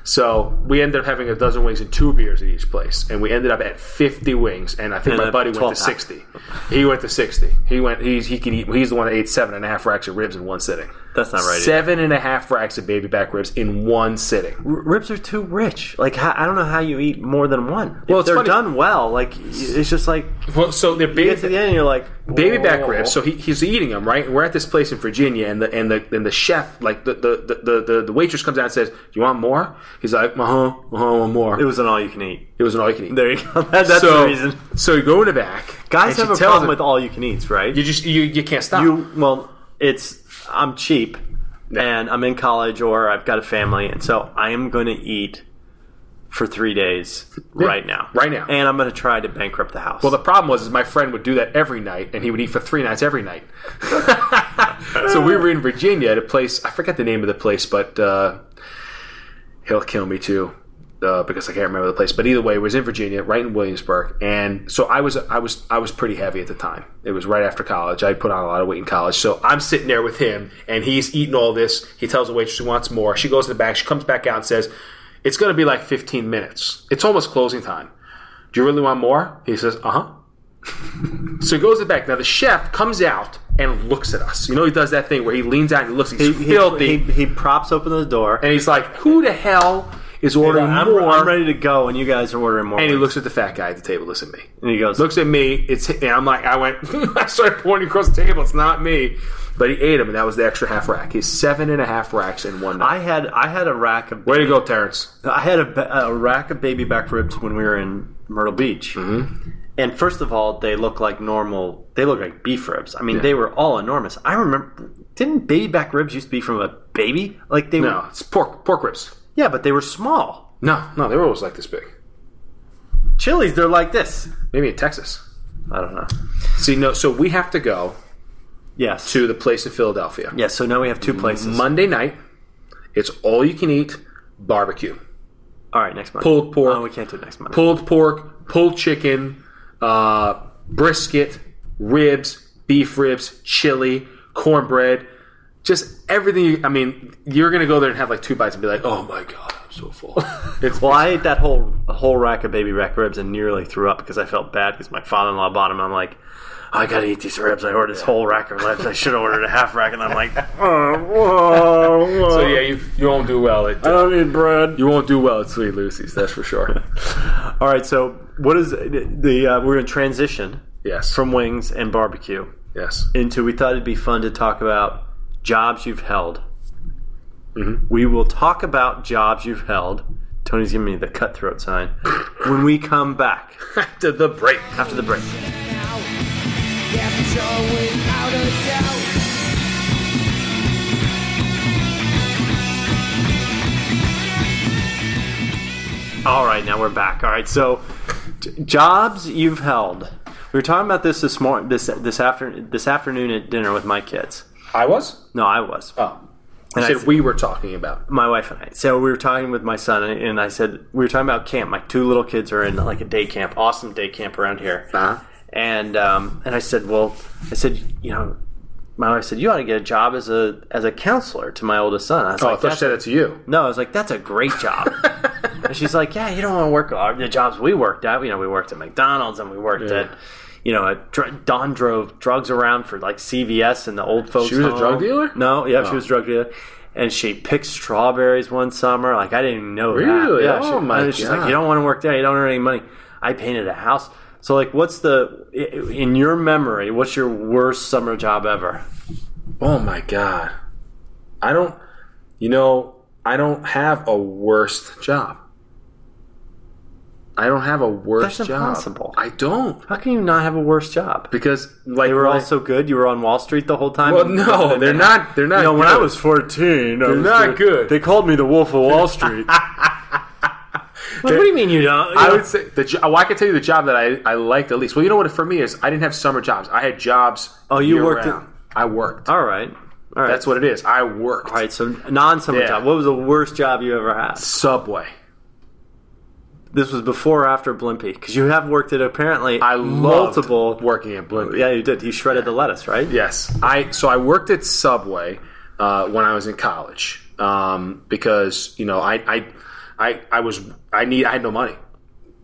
Speaker 5: So we ended up having a dozen wings and two beers at each place, and we ended up at fifty wings. And I think
Speaker 4: And
Speaker 5: my
Speaker 4: a
Speaker 5: buddy went to
Speaker 4: 12 pack.
Speaker 5: sixty. He went to sixty. He went. He's he could eat. He's the one that ate seven and a half racks of ribs in one sitting.
Speaker 4: That's not right. either.
Speaker 5: Seven and a half racks of baby back ribs in one sitting.
Speaker 4: R- Ribs are too rich. Like how, I don't know how you eat more than one.
Speaker 5: Well,
Speaker 4: Well,
Speaker 5: it's
Speaker 4: if they're
Speaker 5: funny-
Speaker 4: done well. Like y- it's just like
Speaker 5: Well, so they're
Speaker 4: you
Speaker 5: baby,
Speaker 4: get to the end, and you're like
Speaker 5: baby
Speaker 4: whoa.
Speaker 5: back ribs.
Speaker 4: Oh.
Speaker 5: So he, he's eating them, right? And we're at this place in Virginia, and the and the and the chef, like the the the, the, the, waitress comes out and says, "Do you want more?" He's like, "Uh huh, uh huh, one more."
Speaker 4: it was an all you can eat.
Speaker 5: It was an all you can eat.
Speaker 4: There you go. That, that's
Speaker 5: so,
Speaker 4: the reason.
Speaker 5: So you go in the back. and
Speaker 4: Guys
Speaker 5: she
Speaker 4: have a
Speaker 5: tells
Speaker 4: problem
Speaker 5: him-
Speaker 4: with all you can eats, right?
Speaker 5: you. Just you, you can't stop.
Speaker 4: you well it's i'm cheap and i'm in college or i've got a family and so i am going to eat for three days right now
Speaker 5: right now.
Speaker 4: and i'm going to try to bankrupt the house
Speaker 5: well, the problem was is my friend would do that every night, and he would eat for three nights every night. so we were in Virginia at a place. I forget the name of the place, but uh, he'll kill me too uh, because I can't remember the place. But either way, it was in Virginia, right in Williamsburg, and so I was I was I was pretty heavy at the time. It was right after college. I put on a lot of weight in college, so I'm sitting there with him, and he's eating all this. He tells the waitress he wants more. She goes to the back. She comes back out and says, "It's going to be like 15 minutes. It's almost closing time. Do you really want more?" He says, "Uh huh." So he goes to the back. Now the chef comes out and looks at us. You know he does that thing where he leans out and looks. He's
Speaker 4: he,
Speaker 5: filthy.
Speaker 4: he, he props open the door
Speaker 5: And he's like, "Who the hell is
Speaker 4: I'm,
Speaker 5: ordering more?"
Speaker 4: I'm ready to go and you guys are ordering more
Speaker 5: And he
Speaker 4: wings.
Speaker 5: looks at the fat guy at the table. Listen to me.
Speaker 4: and he goes
Speaker 5: Looks at me. It's and I'm like, I went. I started pointing across the table. It's not me. But he ate him, and that was the extra half rack. He's seven and a half racks in one night.
Speaker 4: i had i had a rack of
Speaker 5: Way to go, Terrence.
Speaker 4: I had a, ba- a rack of baby back ribs when we were in Myrtle Beach.
Speaker 5: Mm-hmm.
Speaker 4: And first of all, they look like normal. They look like beef ribs. I mean, they were all enormous. I remember. Didn't baby back ribs used to be from a baby? Like they
Speaker 5: No,
Speaker 4: were.
Speaker 5: it's pork pork ribs.
Speaker 4: Yeah, but they were small.
Speaker 5: No, no, they were always like this big.
Speaker 4: Chili's, they're like this.
Speaker 5: Maybe in Texas.
Speaker 4: I don't know.
Speaker 5: See, no. So we have to go
Speaker 4: Yes.
Speaker 5: to the place in Philadelphia.
Speaker 4: Yes. So now we have two
Speaker 5: Mm-hmm.
Speaker 4: places.
Speaker 5: Monday night. It's all you can eat barbecue.
Speaker 4: all right, next month.
Speaker 5: Pulled pork.
Speaker 4: Oh, we can't do it next month.
Speaker 5: pulled pork, pulled chicken, uh, brisket, ribs, beef ribs, chili, cornbread, just everything. You, I mean, you're gonna go there and have like two bites and be like, "Oh my god, I'm so full. It's
Speaker 4: Well, I ate that whole whole rack of baby back ribs and nearly threw up because I felt bad because my father in law bought them. I'm like, I gotta eat these ribs. I ordered this whole rack of ribs. I should have ordered a half rack, and I'm like, oh, whoa, whoa.
Speaker 5: so yeah, you, you won't do well. At,
Speaker 4: I don't need bread.
Speaker 5: you won't do well at Sweet Lucy's, that's for sure.
Speaker 4: All right, so what is the? Uh, we're gonna transition
Speaker 5: Yes,
Speaker 4: from wings and barbecue
Speaker 5: yes,
Speaker 4: into. We thought it'd be fun to talk about jobs you've held. We will talk about jobs you've held. Tony's giving me the cutthroat sign when we come back
Speaker 5: to the break.
Speaker 4: after the break.
Speaker 6: Yeah, for sure, without a doubt.
Speaker 4: All right, now we're back. All right, so j- jobs you've held. We were talking about this this morning, this this afternoon, this afternoon at dinner with my kids.
Speaker 5: I was.
Speaker 4: No, I was.
Speaker 5: Oh,
Speaker 4: and I
Speaker 5: said
Speaker 4: s-
Speaker 5: we were talking about.
Speaker 4: my wife and I. So we were talking with my son, and- and I said we were talking about camp. My two little kids are in like a day camp, awesome day camp around here.
Speaker 5: Uh-huh.
Speaker 4: And um, and I said, well, I said, you know, my wife said you ought to get a job as a as a counselor to my oldest son. I was
Speaker 5: Oh, I
Speaker 4: like,
Speaker 5: thought you
Speaker 4: "That's
Speaker 5: said it to you.
Speaker 4: No, I was like, that's a great job. and she's like, yeah, you don't want to work all the jobs we worked at. You know, we worked at McDonald's and we worked
Speaker 5: Yeah.
Speaker 4: at, you know, at, dr- Don drove drugs around for like CVS and the old folks.
Speaker 5: She was a
Speaker 4: home.
Speaker 5: drug dealer?
Speaker 4: No, yeah,
Speaker 5: Oh.
Speaker 4: she was a drug dealer. And she picked strawberries one summer. Like I didn't even know that.
Speaker 5: Really?
Speaker 4: Yeah,
Speaker 5: Oh,
Speaker 4: she,
Speaker 5: my
Speaker 4: and she's
Speaker 5: God.
Speaker 4: like, you don't want to work there. You don't earn any money. I painted a house. So like, what's the i- in your memory? What's your worst summer job ever?
Speaker 5: Oh my god. I don't you know, I don't have a worst job. I don't have a worst
Speaker 4: That's
Speaker 5: job.
Speaker 4: impossible.
Speaker 5: I don't.
Speaker 4: How can you not have a worse job?
Speaker 5: Because like
Speaker 4: They were
Speaker 5: my-
Speaker 4: all so good. You were on Wall Street the whole time.
Speaker 5: Well no, they're not they're not
Speaker 4: You know, when I
Speaker 5: good.
Speaker 4: was fourteen, I was
Speaker 5: not good.
Speaker 4: They called me the Wolf of Wall Street. what do you mean you don't?
Speaker 5: I would say the jo- well, I could tell you the job that I, I liked the least. Well, you know what for me is I didn't have summer jobs. I had jobs
Speaker 4: Oh, you
Speaker 5: year
Speaker 4: worked at- Oh.
Speaker 5: round. I worked.
Speaker 4: all right, all right.
Speaker 5: That's what it is. I worked.
Speaker 4: All right, so non-summer
Speaker 5: Yeah.
Speaker 4: job. What was the worst job you ever had?
Speaker 5: Subway.
Speaker 4: This was before or after Blimpie, because you have worked at apparently
Speaker 5: I loved
Speaker 4: multiple.
Speaker 5: working at Bloomfield.
Speaker 4: Yeah, you did. You shredded the lettuce, right?
Speaker 5: Yes, I so I worked at Subway uh, when I was in college um, because you know I, I I I was I need I had no money,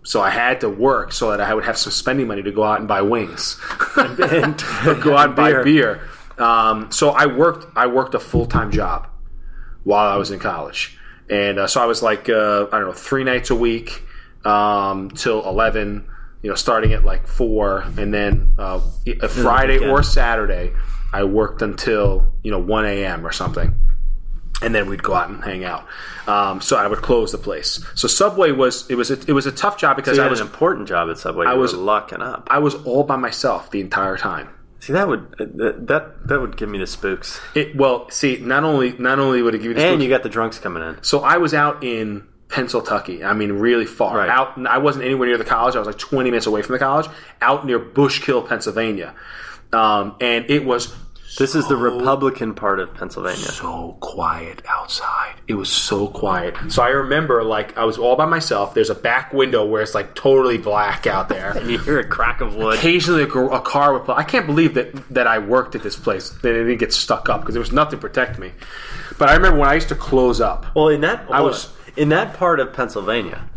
Speaker 5: so I had to work so that I would have some spending money to go out and buy wings, and, go out and buy
Speaker 4: beer.
Speaker 5: beer. Um, so I worked I worked a full time job while I was in college, and uh, so I was like uh, I don't know three nights a week um, till eleven. You know, starting at like four, and then uh, a Friday
Speaker 4: weekend.
Speaker 5: or Saturday, I worked until you know one a.m. or something, and then we'd go out and hang out. Um, so I would close the place. So Subway was it was a, it was a tough job because
Speaker 4: You
Speaker 5: I
Speaker 4: had
Speaker 5: was
Speaker 4: an important job at Subway. I
Speaker 5: was-
Speaker 4: was locking up.
Speaker 5: I was all by myself the entire time.
Speaker 4: See, that would uh, that that would give me the spooks.
Speaker 5: It well, see, not only not only would it give you, the
Speaker 4: And
Speaker 5: spooky-
Speaker 4: you got the drunks coming in.
Speaker 5: so I was out in Pennsylvania. I mean, really far
Speaker 4: Right.
Speaker 5: out. I wasn't anywhere near the college. I was like twenty minutes away from the college, out near Bushkill, Pennsylvania, um, and it was
Speaker 4: This is the Republican part of Pennsylvania.
Speaker 5: so quiet outside. It was so quiet. So I remember, like, I was all by myself. There's a back window where it's like totally black out there.
Speaker 4: You hear a crack of wood.
Speaker 5: Occasionally, a, gr- a car would. Pull. I can't believe that that I worked at this place. That it didn't get stuck up because there was nothing to protect me. But I remember when I used to close up.
Speaker 4: Well, in that I
Speaker 5: was-
Speaker 4: was in that part of Pennsylvania,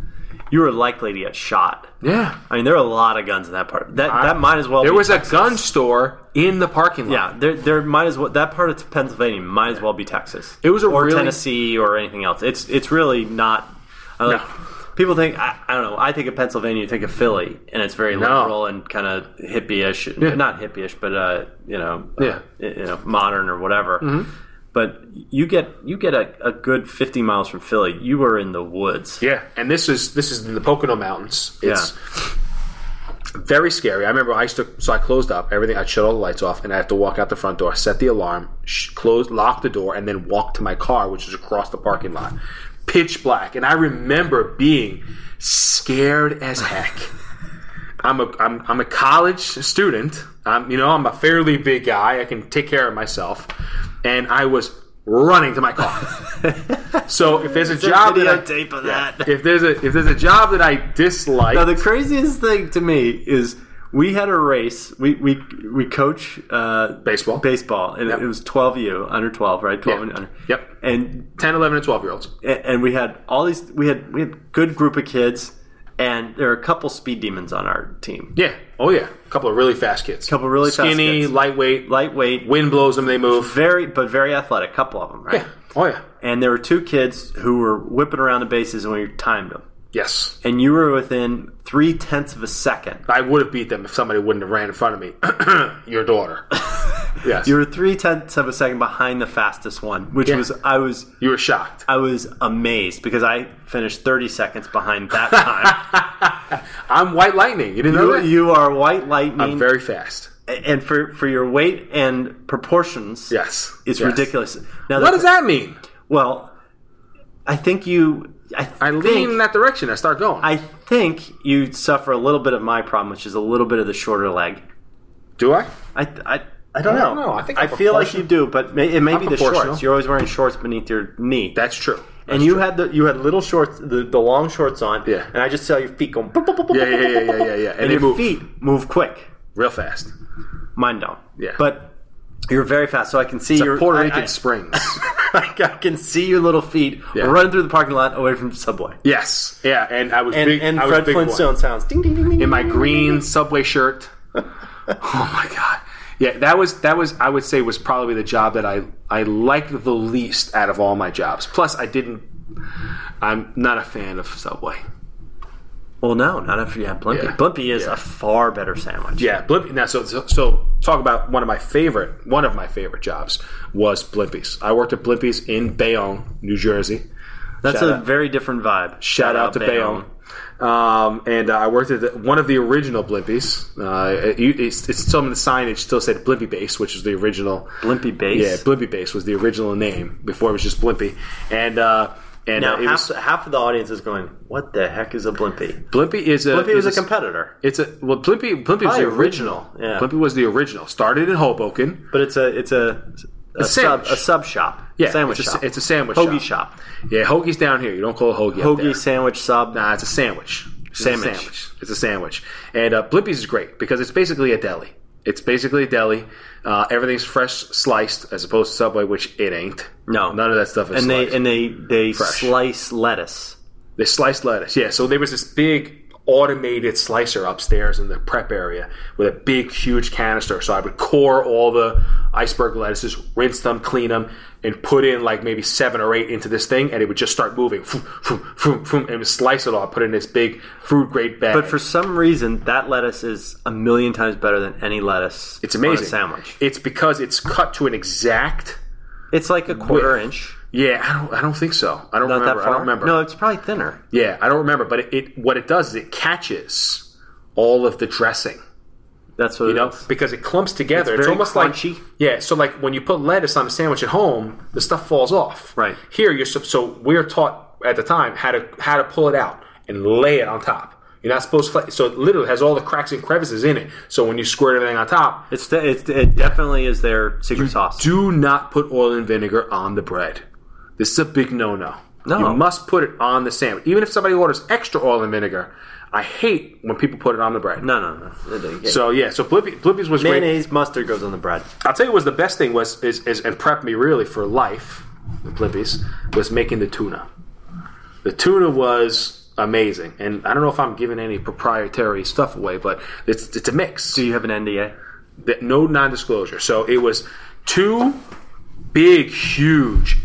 Speaker 4: you were likely to get shot.
Speaker 5: Yeah,
Speaker 4: I mean, there are a lot of guns in that part. That that might as well.
Speaker 5: There
Speaker 4: be
Speaker 5: was a
Speaker 4: Texas.
Speaker 5: gun store in the parking lot.
Speaker 4: Yeah, there, there might as well that part of Pennsylvania might as well be Texas.
Speaker 5: It was a
Speaker 4: or
Speaker 5: really-
Speaker 4: Tennessee or anything else. It's it's really not. I like, People think I, I don't know. I think of Pennsylvania, you think of Philly, and it's very liberal and kind of hippie-ish. Not hippie-ish, but uh, you know, uh,
Speaker 5: Yeah. Mm-hmm.
Speaker 4: you know, modern or whatever. But you get you get a, a good fifty miles from Philly. You were in the woods.
Speaker 5: Yeah, and this is this is in the Pocono Mountains. It's very scary. I remember I used to so I closed up everything. I shut all the lights off, and I have to walk out the front door, set the alarm, sh- close, lock the door, and then walk to my car, which is across the parking lot, pitch black. And I remember being scared as heck. I'm a I'm, I'm a college student. I'm you know I'm a fairly big guy. I can take care of myself, and I was running to my car. so if there's a job that I,
Speaker 4: videotape of that.
Speaker 5: if there's a if there's a job that I dislike,
Speaker 4: Now the craziest thing to me is we had a race. We we we coach uh,
Speaker 5: Baseball.
Speaker 4: baseball, and
Speaker 5: Yep.
Speaker 4: it was twelve U under twelve, right? Twelve
Speaker 5: Yeah.
Speaker 4: and under.
Speaker 5: Yep.
Speaker 4: And
Speaker 5: 10, 11, and 12 year olds.
Speaker 4: and we had all these. We had we had good group of kids, and there are a couple speed demons on our team.
Speaker 5: Yeah. Oh, yeah. A couple of really fast kids.
Speaker 4: Couple really fast
Speaker 5: Skinny,
Speaker 4: kids.
Speaker 5: lightweight.
Speaker 4: Lightweight,
Speaker 5: Wind blows them, they move.
Speaker 4: very but very athletic. Couple of them, right?
Speaker 5: Yeah. Oh, yeah.
Speaker 4: And there were two kids who were whipping around the bases, and we timed them.
Speaker 5: Yes.
Speaker 4: And you were within three tenths of a second.
Speaker 5: I would have beat them if somebody wouldn't have ran in front of me. Your daughter. yes.
Speaker 4: You
Speaker 5: You were,
Speaker 4: were three tenths of a second behind the fastest one, which
Speaker 5: Yeah.
Speaker 4: was I was
Speaker 5: shocked.
Speaker 4: I was amazed because I finished 30 seconds behind that time.
Speaker 5: I'm White Lightning. You didn't know
Speaker 4: you,
Speaker 5: that?
Speaker 4: you are white lightning,
Speaker 5: I'm very fast.
Speaker 4: and for, for your weight and proportions,
Speaker 5: Yes.
Speaker 4: it's
Speaker 5: Yes.
Speaker 4: ridiculous. Now,
Speaker 5: What
Speaker 4: the-
Speaker 5: does that mean?
Speaker 4: Well, I think you. I,
Speaker 5: I lean
Speaker 4: think,
Speaker 5: in that direction. I start going.
Speaker 4: I think you suffer a little bit of my problem, which is a little bit of the shorter leg.
Speaker 5: Do I?
Speaker 4: I, I, I don't know.
Speaker 5: I don't know. I think I'm
Speaker 4: feel like you do,
Speaker 5: proportion-
Speaker 4: but may, it may
Speaker 5: I'm
Speaker 4: be the
Speaker 5: proportional.
Speaker 4: shorts. You're always wearing shorts beneath your knee.
Speaker 5: That's true.
Speaker 4: and you had the you had little shorts, the, the long shorts on.
Speaker 5: Yeah.
Speaker 4: And I just saw your feet going. boop, boop, boop, boop,
Speaker 5: Yeah,
Speaker 4: boop,
Speaker 5: yeah, yeah,
Speaker 4: boop,
Speaker 5: yeah,
Speaker 4: boop,
Speaker 5: yeah, yeah.
Speaker 4: boop.
Speaker 5: And
Speaker 4: And,
Speaker 5: they
Speaker 4: your
Speaker 5: move.
Speaker 4: feet move quick.
Speaker 5: real fast.
Speaker 4: Mine don't.
Speaker 5: Yeah.
Speaker 4: But you're very fast, so I can see
Speaker 5: It's
Speaker 4: your
Speaker 5: a Puerto
Speaker 4: I-
Speaker 5: Rican
Speaker 4: I-
Speaker 5: Springs.
Speaker 4: I, can see your little feet
Speaker 5: Yeah.
Speaker 4: running through the parking lot away from the subway.
Speaker 5: yes. Yeah, and I was
Speaker 4: And,
Speaker 5: big.
Speaker 4: and
Speaker 5: I was
Speaker 4: Fred
Speaker 5: big boy.
Speaker 4: Flintstone sounds. Ding ding ding ding.
Speaker 5: in my green subway shirt. oh my god. Yeah, that was that was I would say was probably the job that I I liked the least out of all my jobs. Plus I didn't I'm not a fan of Subway.
Speaker 4: Well, no, not if you have Blimpy.
Speaker 5: Yeah.
Speaker 4: Blimpy is
Speaker 5: Yeah.
Speaker 4: a far better sandwich.
Speaker 5: Yeah, Blimpy. Now, so, so so talk about one of my favorite one of my favorite jobs was Blimpies. I worked at Blimpies in Bayonne, New Jersey.
Speaker 4: That's
Speaker 5: Shout
Speaker 4: a
Speaker 5: out.
Speaker 4: very different vibe.
Speaker 5: Shout out to Bayonne. Um, and uh, I worked at the, one of the original Blimpies. Uh, it, it's, it's still in the signage still said Blimpy Base, which is the original
Speaker 4: Blimpy base.
Speaker 5: Yeah, Blimpy Base was the original name before it was just Blimpy, and uh, and
Speaker 4: now
Speaker 5: uh, it
Speaker 4: half,
Speaker 5: was,
Speaker 4: the half of the audience is going, "What the heck is a Blimpy?"
Speaker 5: Blimpy is a
Speaker 4: Blimpy was a
Speaker 5: is
Speaker 4: competitor,
Speaker 5: It's a well, Blimpy. Blimpy was
Speaker 4: Probably
Speaker 5: the original.
Speaker 4: original, yeah.
Speaker 5: Blimpy was the original. Started in Hoboken.
Speaker 4: but it's a it's a a, sub
Speaker 5: sandwich.
Speaker 4: a sub shop.
Speaker 5: Yeah,
Speaker 4: sandwich
Speaker 5: it's a,
Speaker 4: shop.
Speaker 5: It's a sandwich
Speaker 4: hoagie
Speaker 5: shop.
Speaker 4: shop.
Speaker 5: Yeah, hoagie's down here. You don't call it hoagie. up
Speaker 4: Hoagie
Speaker 5: there.
Speaker 4: sandwich sub.
Speaker 5: Nah, it's a sandwich. It's a
Speaker 4: Sandwich.
Speaker 5: sandwich. It's a sandwich. And uh, Blimpy's is great because it's basically a deli. It's basically a deli. Uh, everything's fresh sliced as opposed to Subway, which it ain't.
Speaker 4: No.
Speaker 5: None of that stuff is
Speaker 4: and
Speaker 5: sliced.
Speaker 4: they and they they
Speaker 5: Fresh.
Speaker 4: slice lettuce.
Speaker 5: They sliced lettuce. Yeah, so there was this big automated slicer upstairs in the prep area with a big, huge canister. So I would core all the iceberg lettuces, rinse them, clean them, and put in like maybe seven or eight into this thing, and it would just start moving, Vroom, vroom, vroom, vroom, and it would slice it all. Put it in this big food grade bag.
Speaker 4: But for some reason, that lettuce is a million times better than any lettuce.
Speaker 5: it's amazing
Speaker 4: on a sandwich.
Speaker 5: It's because it's cut to an exact.
Speaker 4: It's like a quarter
Speaker 5: Width.
Speaker 4: inch.
Speaker 5: Yeah, I don't. I don't think so. I don't
Speaker 4: Not
Speaker 5: remember.
Speaker 4: that
Speaker 5: I
Speaker 4: far.
Speaker 5: don't remember.
Speaker 4: No, it's probably thinner.
Speaker 5: Yeah, I don't remember. But it, it what it does is it catches all of the dressing.
Speaker 4: That's what
Speaker 5: you know,
Speaker 4: it is.
Speaker 5: because it clumps together. It's,
Speaker 4: very
Speaker 5: almost
Speaker 4: crunchy.
Speaker 5: like yeah. So like when you put lettuce on a sandwich at home, the stuff falls off.
Speaker 4: Right.
Speaker 5: here, you're so, so we're taught at the time how to how to pull it out and lay it on top. You're not supposed to. fla- So it literally has all the cracks and crevices in it. So when you squirt everything on top,
Speaker 4: It's, de- it's it definitely is their secret sauce.
Speaker 5: do not put oil and vinegar on the bread. This is a big no-no.
Speaker 4: No.
Speaker 5: you must put it on the sandwich. Even if somebody orders extra oil and vinegar, I hate when people put it on the bread.
Speaker 4: no, no, no.
Speaker 5: So yeah, so Blippi, Blippi's was great.
Speaker 4: mayonnaise mustard goes on the bread.
Speaker 5: I'll tell you what was the best thing was is, is and prepped me really for life, the Blimpies, was making the tuna. The tuna was amazing, and I don't know if I'm giving any proprietary stuff away, but it's it's a mix.
Speaker 4: Do you have an NDA?
Speaker 5: That- no non-disclosure. So it was two big, huge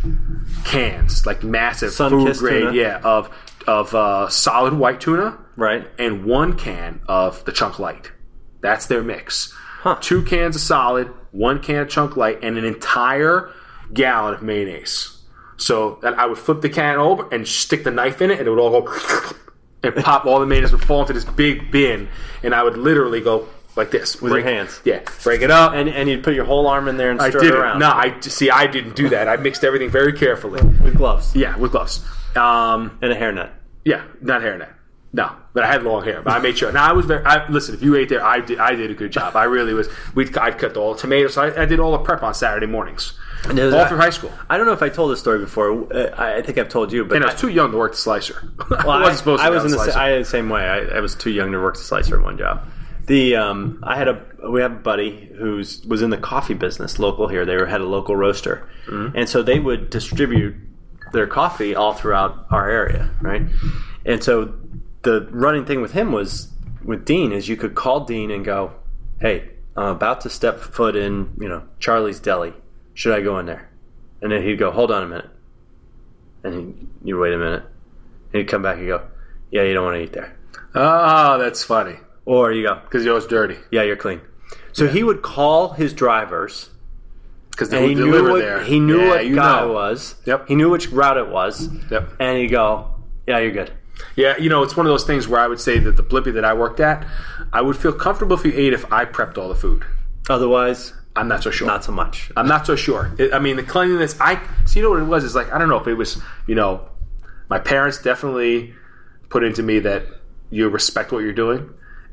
Speaker 5: cans, like massive food
Speaker 4: Sun-kissed
Speaker 5: grade,
Speaker 4: tuna.
Speaker 5: yeah, of of uh, solid white tuna,
Speaker 4: Right.
Speaker 5: and one can of the chunk light. That's their mix. Two cans of solid, one can of chunk light, and an entire gallon of mayonnaise. So that I would flip the can over and stick the knife in it, and it would all go and pop. All the mayonnaise would fall into this big bin, and I would literally go like this with
Speaker 4: your hands.
Speaker 5: Yeah, break it up.
Speaker 4: And and you'd put your whole arm in there and
Speaker 5: I
Speaker 4: stir
Speaker 5: did
Speaker 4: it
Speaker 5: not
Speaker 4: around
Speaker 5: No, I see. I didn't do that. I mixed everything very carefully.
Speaker 4: with gloves
Speaker 5: Yeah, with gloves. Um,
Speaker 4: and a hairnet.
Speaker 5: yeah, not hairnet. No, but I had long hair. But I made sure. Now I was very. I, listen, if you ate there, I did. I did a good job. I really was. We would I cut all the tomatoes. I, I did all the prep on Saturday mornings,
Speaker 4: there's
Speaker 5: all
Speaker 4: that-
Speaker 5: through high school.
Speaker 4: I don't know if I told this story before. Uh, I I think I've told you, but
Speaker 5: And I
Speaker 4: I-
Speaker 5: was too young to work the slicer.
Speaker 4: well,
Speaker 5: I wasn't supposed to.
Speaker 4: I
Speaker 5: be
Speaker 4: was
Speaker 5: on
Speaker 4: in the, sa-
Speaker 5: slicer.
Speaker 4: I, the same way. I, I was too young to work the slicer in one job, The um, I had a we have a buddy who's was in the coffee business local here. They were, had a local roaster,
Speaker 5: Mm-hmm.
Speaker 4: and so they would distribute their coffee all throughout our area, right? And so the running thing with him was with Dean is you could call Dean and go, "Hey, I'm about to step foot in, you know, Charlie's Deli. Should I go in there?" And then he'd go, "Hold on a minute," and he you wait a minute. And he'd come back and go, "Yeah, you don't want to eat there,"
Speaker 5: Oh, that's funny
Speaker 4: or you go,
Speaker 5: because yours dirty.
Speaker 4: yeah, you're clean. So he would call his drivers.
Speaker 5: Because
Speaker 4: And
Speaker 5: they
Speaker 4: he
Speaker 5: would
Speaker 4: knew,
Speaker 5: deliver
Speaker 4: what,
Speaker 5: there.
Speaker 4: he knew
Speaker 5: Yeah,
Speaker 4: what
Speaker 5: you
Speaker 4: guy
Speaker 5: know.
Speaker 4: it was.
Speaker 5: Yep.
Speaker 4: He knew which route it was.
Speaker 5: Yep.
Speaker 4: And he'd go, yeah, you're good.
Speaker 5: Yeah, you know, it's one of those things where I would say that the blippy that I worked at, I would feel comfortable if you ate if I prepped all the food.
Speaker 4: Otherwise,
Speaker 5: I'm not so sure.
Speaker 4: not so much.
Speaker 5: I'm not so sure. It, I mean, the cleanliness. I see. You know what it was? Is like I don't know if it was. You know, my parents definitely put into me that you respect what you're doing,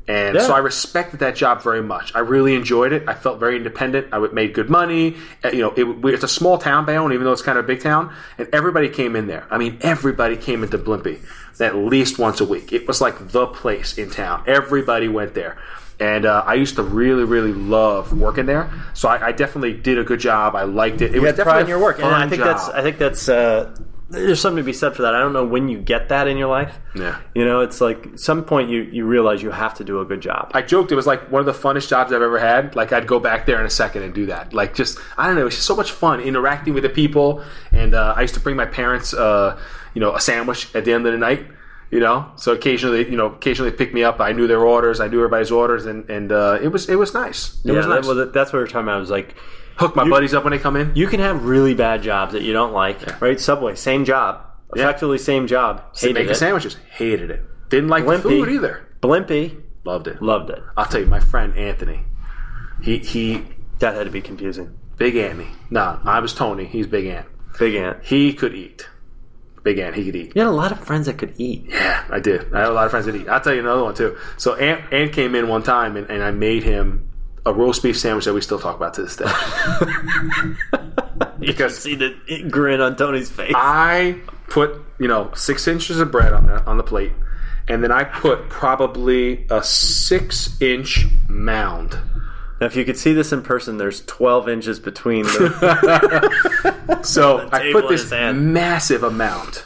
Speaker 5: and so
Speaker 4: Yeah.
Speaker 5: I respected that job very much. I really enjoyed it. I felt very independent. I would- made good money. Uh, You know, it, we- it's a small town, Bayonne, even though it's kind of a big town, and everybody came in there. I mean, everybody came into Blimpie at least once a week. It was like the place in town. Everybody went there. And uh, I used to really, really love working there. So I, I definitely did a good job. I liked it. It was
Speaker 4: That's
Speaker 5: definitely
Speaker 4: pride in your
Speaker 5: a
Speaker 4: work, and
Speaker 5: fun
Speaker 4: I think that's.
Speaker 5: job.
Speaker 4: I think that's. Uh, there's something to be said for that. I don't know when you get that in your life.
Speaker 5: Yeah.
Speaker 4: You know, it's like some point you you realize you have to do a good job.
Speaker 5: I joked it was like one of the funnest jobs I've ever had. Like I'd go back there in a second and do that. Like just I don't know, it's just so much fun interacting with the people. And uh, I used to bring my parents, uh, you know, a sandwich at the end of the night. You know, so occasionally, you know, occasionally pick me up. I knew their orders, I knew everybody's orders, and and uh, it was it was nice. It
Speaker 4: yeah,
Speaker 5: was
Speaker 4: that-
Speaker 5: nice.
Speaker 4: well, that- that's what we were talking about. I was like,
Speaker 5: Hook my
Speaker 4: you-
Speaker 5: buddies up when they come in.
Speaker 4: you can have really bad jobs that you don't like, right? Subway, same job,
Speaker 5: Yeah.
Speaker 4: effectively same job. Hated
Speaker 5: making
Speaker 4: it.
Speaker 5: sandwiches, hated it. Didn't like
Speaker 4: Wimpy.
Speaker 5: the food either.
Speaker 4: Blimpy,
Speaker 5: Loved it.
Speaker 4: loved it.
Speaker 5: I'll tell you, my friend Anthony, he he,
Speaker 4: That had to be confusing.
Speaker 5: big Anthony. No, I was Tony. He's big Ant.
Speaker 4: Big Ant.
Speaker 5: He could eat. Big Ant, he could eat.
Speaker 4: You had a lot of friends that could eat.
Speaker 5: Yeah, I did. I had a lot of friends that eat. I'll tell you another one too. So Ant, Ant came in one time and, and I made him a roast beef sandwich that we still talk about to this day.
Speaker 4: You can see the grin on Tony's face.
Speaker 5: Ah. I put, you know, six inches of bread on the on the plate, and then I put probably a six inch mound.
Speaker 4: Now, if you could see this in person, there's 12 inches between the
Speaker 5: So I
Speaker 4: table
Speaker 5: put
Speaker 4: in
Speaker 5: this
Speaker 4: his hand.
Speaker 5: massive amount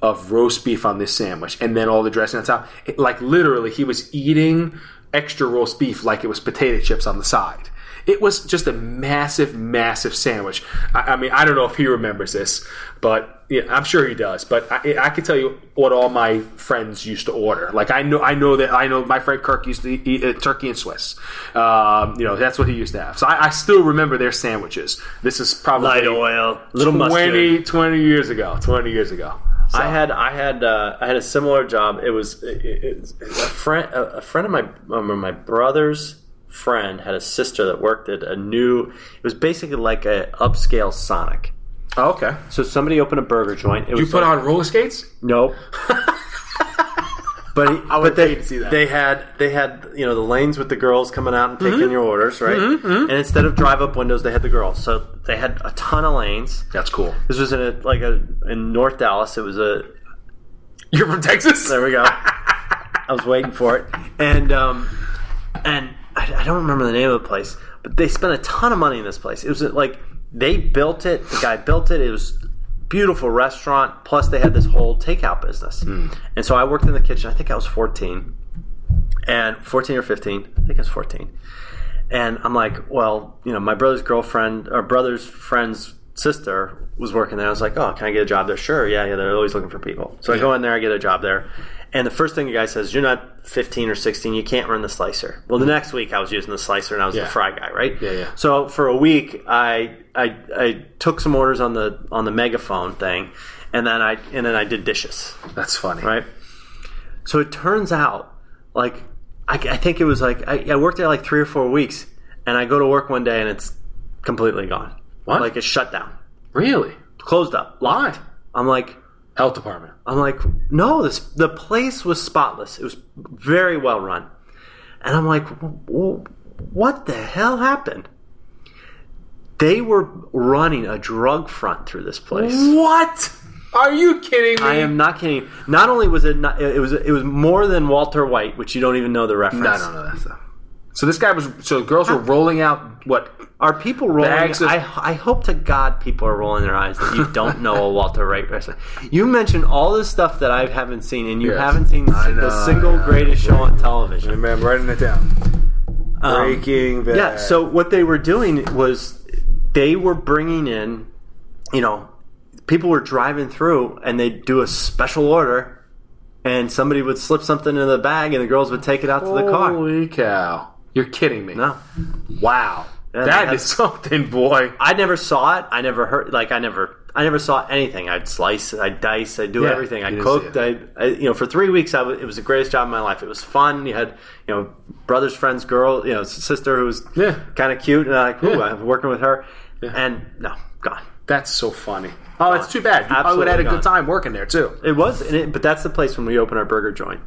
Speaker 5: of roast beef on this sandwich, and then all the dressing on top. It, like literally, he was eating extra roast beef like it was potato chips on the side. It was just a massive, massive sandwich. I, I mean, I don't know if he remembers this, but yeah, I'm sure he does. But I, I can tell you what all my friends used to order. Like I know, I know that I know my friend Kirk used to eat uh, turkey and Swiss. Um, you know, that's what he used to have. So I, I still remember their sandwiches. This is probably
Speaker 4: light oil, little
Speaker 5: 20,
Speaker 4: mustard.
Speaker 5: 20 years ago. 20 years ago. So,
Speaker 4: I had I had uh, I had a similar job. It was it, it, it- a friend a, a friend of my um, my brother's friend had a sister that worked at a new. It was basically like a upscale Sonic.
Speaker 5: oh, okay.
Speaker 4: So somebody opened a burger joint. It
Speaker 5: You
Speaker 4: was
Speaker 5: put
Speaker 4: like-
Speaker 5: on roller skates?
Speaker 4: Nope. but he,
Speaker 5: would
Speaker 4: but they,
Speaker 5: hate to see that.
Speaker 4: they had they had you know the lanes with the girls coming out and
Speaker 5: Mm-hmm.
Speaker 4: taking your orders, right? And instead of drive up windows, they had the girls. So they had a ton of lanes.
Speaker 5: That's cool.
Speaker 4: This was in a, like a in North Dallas. It was a
Speaker 5: You're from Texas?
Speaker 4: there we go. I was waiting for it, and um, and I, I don't remember the name of the place, but they spent a ton of money in this place. It was uh, like they built it. The guy built it. It was beautiful restaurant. Plus, they had this whole takeout business. And so I worked in the kitchen. I think I was fourteen, and fourteen or fifteen. I think I was fourteen. And I'm like, well, you know, my brother's girlfriend or brother's friend's sister was working there. I was like, oh, can I get a job there? Sure, yeah, yeah. They're always looking for people. So I go in there, I get a job there. And the first thing the guy says, you're not 15 or 16, you can't run the slicer. Well, the next week I was using the slicer and I was
Speaker 5: Mm-hmm. Yeah.
Speaker 4: the fry guy, right?
Speaker 5: Yeah, yeah.
Speaker 4: So for a week, I, I I took some orders on the on the megaphone thing, and then I and then I did dishes
Speaker 5: That's funny.
Speaker 4: right? So it turns out, like, I, I think it was like I, I worked there like three or four weeks, and I go to work one day and it's completely gone.
Speaker 5: What?
Speaker 4: Like it's shut down,
Speaker 5: Really?
Speaker 4: closed up,
Speaker 5: Why?
Speaker 4: locked. I'm like,
Speaker 5: Health department.
Speaker 4: I'm like, no, this the place was spotless. It was very well run, and I'm like, w- w- what the hell happened? They were running a drug front through this place.
Speaker 5: What? Are you kidding me?
Speaker 4: I am not kidding. Not only was it not, it was it was more than Walter White, which you don't even know the reference.
Speaker 5: No, I don't know that stuff. So this guy was. So girls were rolling out what?
Speaker 4: Are people rolling?
Speaker 5: Bags of-
Speaker 4: I, I hope to God people are rolling their eyes that you don't know a Walter Wright wrestler. You mentioned all this stuff that I haven't seen, and you
Speaker 5: Yes.
Speaker 4: haven't seen
Speaker 5: I know,
Speaker 4: the single
Speaker 5: I know.
Speaker 4: greatest show on television.
Speaker 5: And I'm writing it down.
Speaker 4: Um,
Speaker 5: Breaking Bad.
Speaker 4: Yeah. So what they were doing was they were bringing in, you know, people were driving through and they'd do a special order, and somebody would slip something in the bag and the girls would take it out to the car.
Speaker 5: Holy cow! You're kidding me.
Speaker 4: No,
Speaker 5: Wow.
Speaker 4: Yeah,
Speaker 5: that
Speaker 4: that's-
Speaker 5: is something, boy.
Speaker 4: I never saw it. I never heard. Like I never. I never saw anything. I'd slice, I'd dice, I'd do
Speaker 5: Yeah,
Speaker 4: everything. I
Speaker 5: you didn't
Speaker 4: cooked.
Speaker 5: see
Speaker 4: I, I, you know, for three weeks, I w- it was the greatest job of my life. It was fun. You had, you know, brothers, friends, girl, you know, s- sister who was
Speaker 5: Yeah.
Speaker 4: kind of cute, and I like, ooh,
Speaker 5: Yeah.
Speaker 4: I'm working with her, and no, gone.
Speaker 5: That's so funny. Oh, it's too bad. You probably
Speaker 4: Absolutely
Speaker 5: would have had a good
Speaker 4: not.
Speaker 5: time working there too.
Speaker 4: It was, and it, but that's the place when we opened our burger joint.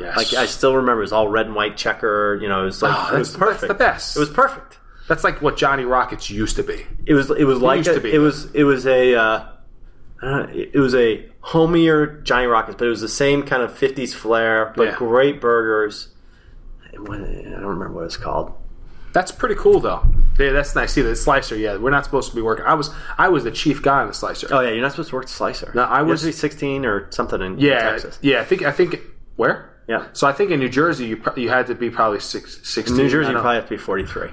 Speaker 5: Yes.
Speaker 4: Like I still remember, it was all red and white checker. You know, it was like
Speaker 5: Oh,
Speaker 4: it was
Speaker 5: that's- that's
Speaker 4: perfect.
Speaker 5: the best.
Speaker 4: It was perfect.
Speaker 5: That's like what Johnny Rockets used to be.
Speaker 4: It was it was like
Speaker 5: used
Speaker 4: a-
Speaker 5: to be.
Speaker 4: it was it was a uh, I don't know, it was a homier Johnny Rockets, but it was the same kind of '50s flair, but
Speaker 5: Yeah.
Speaker 4: great burgers. It wa- I don't remember what it's called.
Speaker 5: That's pretty cool though. Yeah, that's nice. See the slicer. Yeah, we're not supposed to be working. I was I was the chief guy on the slicer.
Speaker 4: Oh yeah, you're not supposed to work the slicer.
Speaker 5: No, I
Speaker 4: You're
Speaker 5: was-
Speaker 4: supposed to be 16 or something in
Speaker 5: yeah,
Speaker 4: Texas.
Speaker 5: yeah. I think I think where.
Speaker 4: Yeah.
Speaker 5: So I think in New Jersey you pro- you had to be probably six, 16.
Speaker 4: New Jersey,
Speaker 5: I
Speaker 4: you
Speaker 5: don't-
Speaker 4: probably have to be 43.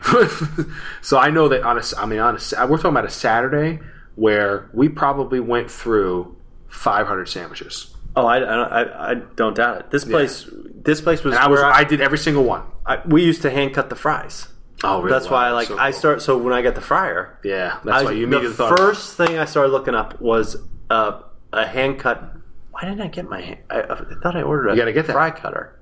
Speaker 5: so I know that on a, s- I mean on a, s- we're talking about a Saturday where we probably went through 500 sandwiches.
Speaker 4: oh, I, I, don't- I, I don't doubt it. This place, this place was.
Speaker 5: And I was
Speaker 4: where
Speaker 5: I did every single one.
Speaker 4: I, we used to hand cut the fries.
Speaker 5: Oh, really?
Speaker 4: That's why, I like,
Speaker 5: So
Speaker 4: I
Speaker 5: cool.
Speaker 4: start. So when I got the fryer,
Speaker 5: Yeah, that's
Speaker 4: I-
Speaker 5: why you
Speaker 4: the
Speaker 5: immediately thought.
Speaker 4: first thing I started looking up was uh, a hand cut. Why didn't I get my? hand- I, I thought I ordered a
Speaker 5: You gotta get that.
Speaker 4: fry cutter.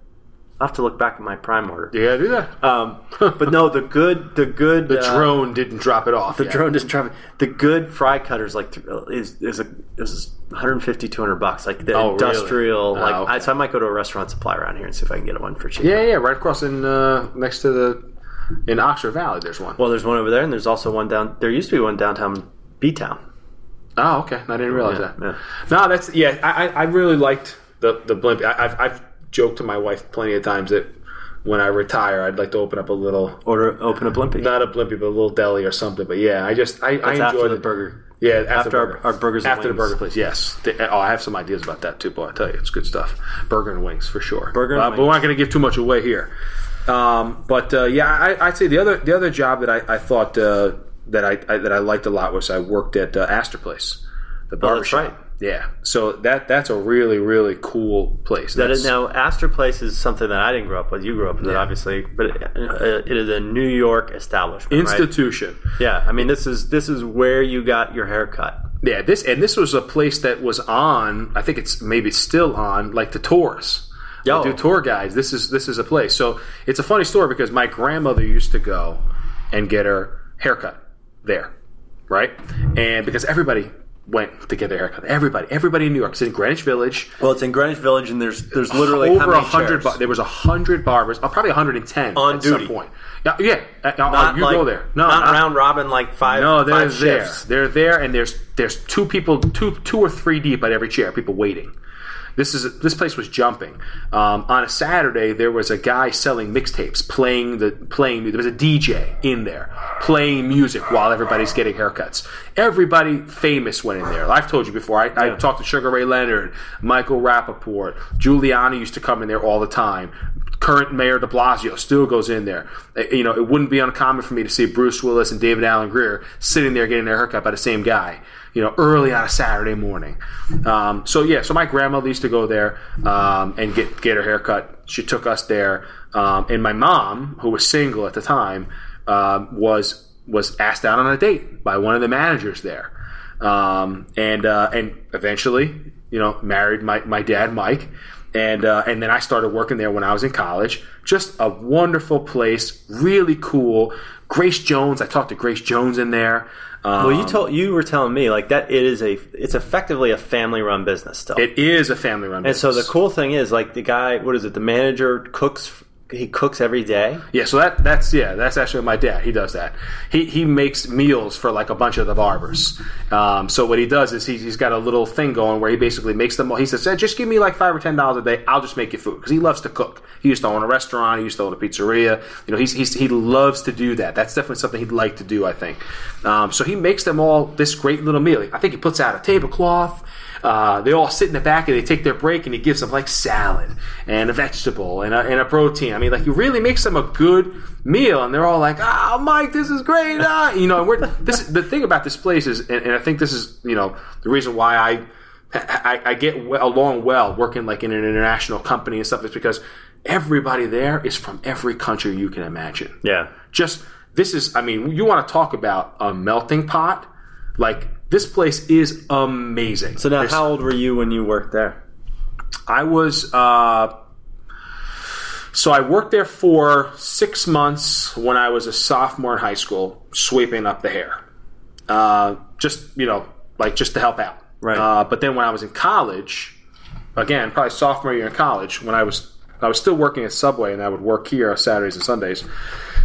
Speaker 4: I will have to look back at my prime order.
Speaker 5: yeah, do that.
Speaker 4: Um, but no, the good, the good,
Speaker 5: the drone didn't drop it off.
Speaker 4: the drone doesn't drive. The good fry cutters like th- uh, is is a is 150 200 bucks like the
Speaker 5: Oh, really?
Speaker 4: industrial
Speaker 5: Oh,
Speaker 4: like
Speaker 5: okay.
Speaker 4: I, so I might go to a restaurant supply around here and see if I can get one for cheap.
Speaker 5: Yeah, yeah, right across in uh, next to the in Oxford Valley. There's one.
Speaker 4: Well, there's one over there, and there's also one down. There used to be one downtown B town.
Speaker 5: Oh, okay. I didn't realize
Speaker 4: Yeah,
Speaker 5: that. No, that's yeah. I, I I really liked the the blimp. I, I've I've joked to my wife plenty of times that when I retire, I'd like to open up a little
Speaker 4: Order open a blimpie.
Speaker 5: not a blimpy, but a little deli or something. But yeah, I just I, I
Speaker 4: That's
Speaker 5: enjoy
Speaker 4: after the
Speaker 5: it.
Speaker 4: burger.
Speaker 5: Yeah, after,
Speaker 4: After
Speaker 5: the
Speaker 4: our-
Speaker 5: burger.
Speaker 4: our burgers and
Speaker 5: after the
Speaker 4: wings.
Speaker 5: burger place. Yes. They- oh, I have some ideas about that too, boy. I tell you, it's good stuff. Burger and wings for sure.
Speaker 4: Burger and
Speaker 5: Uh, But we're
Speaker 4: wings.
Speaker 5: not going to give too much away here. Um, but uh, yeah, I, I'd say the other the other job that I, I thought uh, that I, I that I liked a lot was I worked at uh, Astor Place, the barbershop.
Speaker 4: Oh, right.
Speaker 5: Yeah. So that that's a really really cool place.
Speaker 4: That
Speaker 5: That's-
Speaker 4: is now Astor Place is something that I didn't grow up with. You grew up with it, obviously, but it, uh, it is a New York establishment. right?
Speaker 5: institution.
Speaker 4: Yeah, I mean this is this is where you got your haircut.
Speaker 5: Yeah, this and this was a place that was on. I think it's maybe it's still on, like the tours. They
Speaker 4: Yo.
Speaker 5: do tour guides. This is this is a place. So it's a funny story because my grandmother used to go and get her haircut there, right? And because everybody went to get their haircut, everybody, everybody in New York, it's in Greenwich Village.
Speaker 4: Well, it's in Greenwich Village, and there's there's literally how
Speaker 5: over a
Speaker 4: many
Speaker 5: hundred.
Speaker 4: chairs?
Speaker 5: Bar- there was a hundred barbers, uh, probably hundred and ten
Speaker 4: On
Speaker 5: at
Speaker 4: duty.
Speaker 5: some point. Yeah, yeah. uh, uh,
Speaker 4: not
Speaker 5: you
Speaker 4: like,
Speaker 5: go there. No,
Speaker 4: not
Speaker 5: not-
Speaker 4: round robin like five.
Speaker 5: no, they're
Speaker 4: five
Speaker 5: there.
Speaker 4: shifts.
Speaker 5: They're there, and there's there's two people, two two or three deep at every chair. People waiting. This is this place was jumping. Um, on a Saturday, there was a guy selling mixtapes, playing the playing. There was a DJ in there playing music while everybody's getting haircuts. Everybody famous went in there. I've told you before. I, I talked to Sugar Ray Leonard, Michael Rappaport, Giuliani used to come in there all the time. Current Mayor De Blasio still goes in there. Uh, You know, it wouldn't be uncommon for me to see Bruce Willis and David Allen Greer sitting there getting their haircut by the same guy. You know, early on a Saturday morning. Um, so yeah, so my grandmother used to go there um, and get get her haircut. She took us there, um, and my mom, who was single at the time, um, was was asked out on a date by one of the managers there um, and uh, and eventually, you know, married my, my dad Mike, and uh, and then I started working there when I was in college. Just a wonderful place, really cool. Grace Jones, I talked to Grace Jones in there. Um,
Speaker 4: Well, you told you were telling me like that. It is a it's effectively a family run business still.
Speaker 5: it is a family run
Speaker 4: And
Speaker 5: business.
Speaker 4: so the cool thing is, like the guy, what is it? The manager cooks he cooks every day.
Speaker 5: Yeah, so that that's yeah, that's actually my dad. He does that. He he makes meals for like a bunch of the barbers. Um, so what he does is he, he's got a little thing going where he basically makes them. all He says, "Eh, just give me like five or ten dollars a day. I'll just make you food because he loves to cook. He used to own a restaurant. He used to own a pizzeria. You know, he's, he's he loves to do that. That's definitely something he'd like to do. I think. Um, so he makes them all this great little meal. I think he puts out a tablecloth. Uh, they all sit in the back and they take their break and he gives them like salad and a vegetable and a, and a protein. I mean, like he really makes them a good meal and they're all like, "Oh, Mike, this is great!" Ah. You know, and we're this. The thing about this place is, and, and I think this is you know the reason why I I, I get well, along well working like in an international company and stuff is because everybody there is from every country you can imagine
Speaker 4: Yeah.
Speaker 5: just this is i mean you want to talk about a melting pot like this place is amazing
Speaker 4: So now,
Speaker 5: There's-
Speaker 4: how old were you when you worked there?
Speaker 5: i was uh so i worked there for six months when i was a sophomore in high school sweeping up the hair uh just you know like just to help out
Speaker 4: Right.
Speaker 5: uh, but then when i was in college again probably sophomore year in college when i was i was still working at subway and i would work here on saturdays and sundays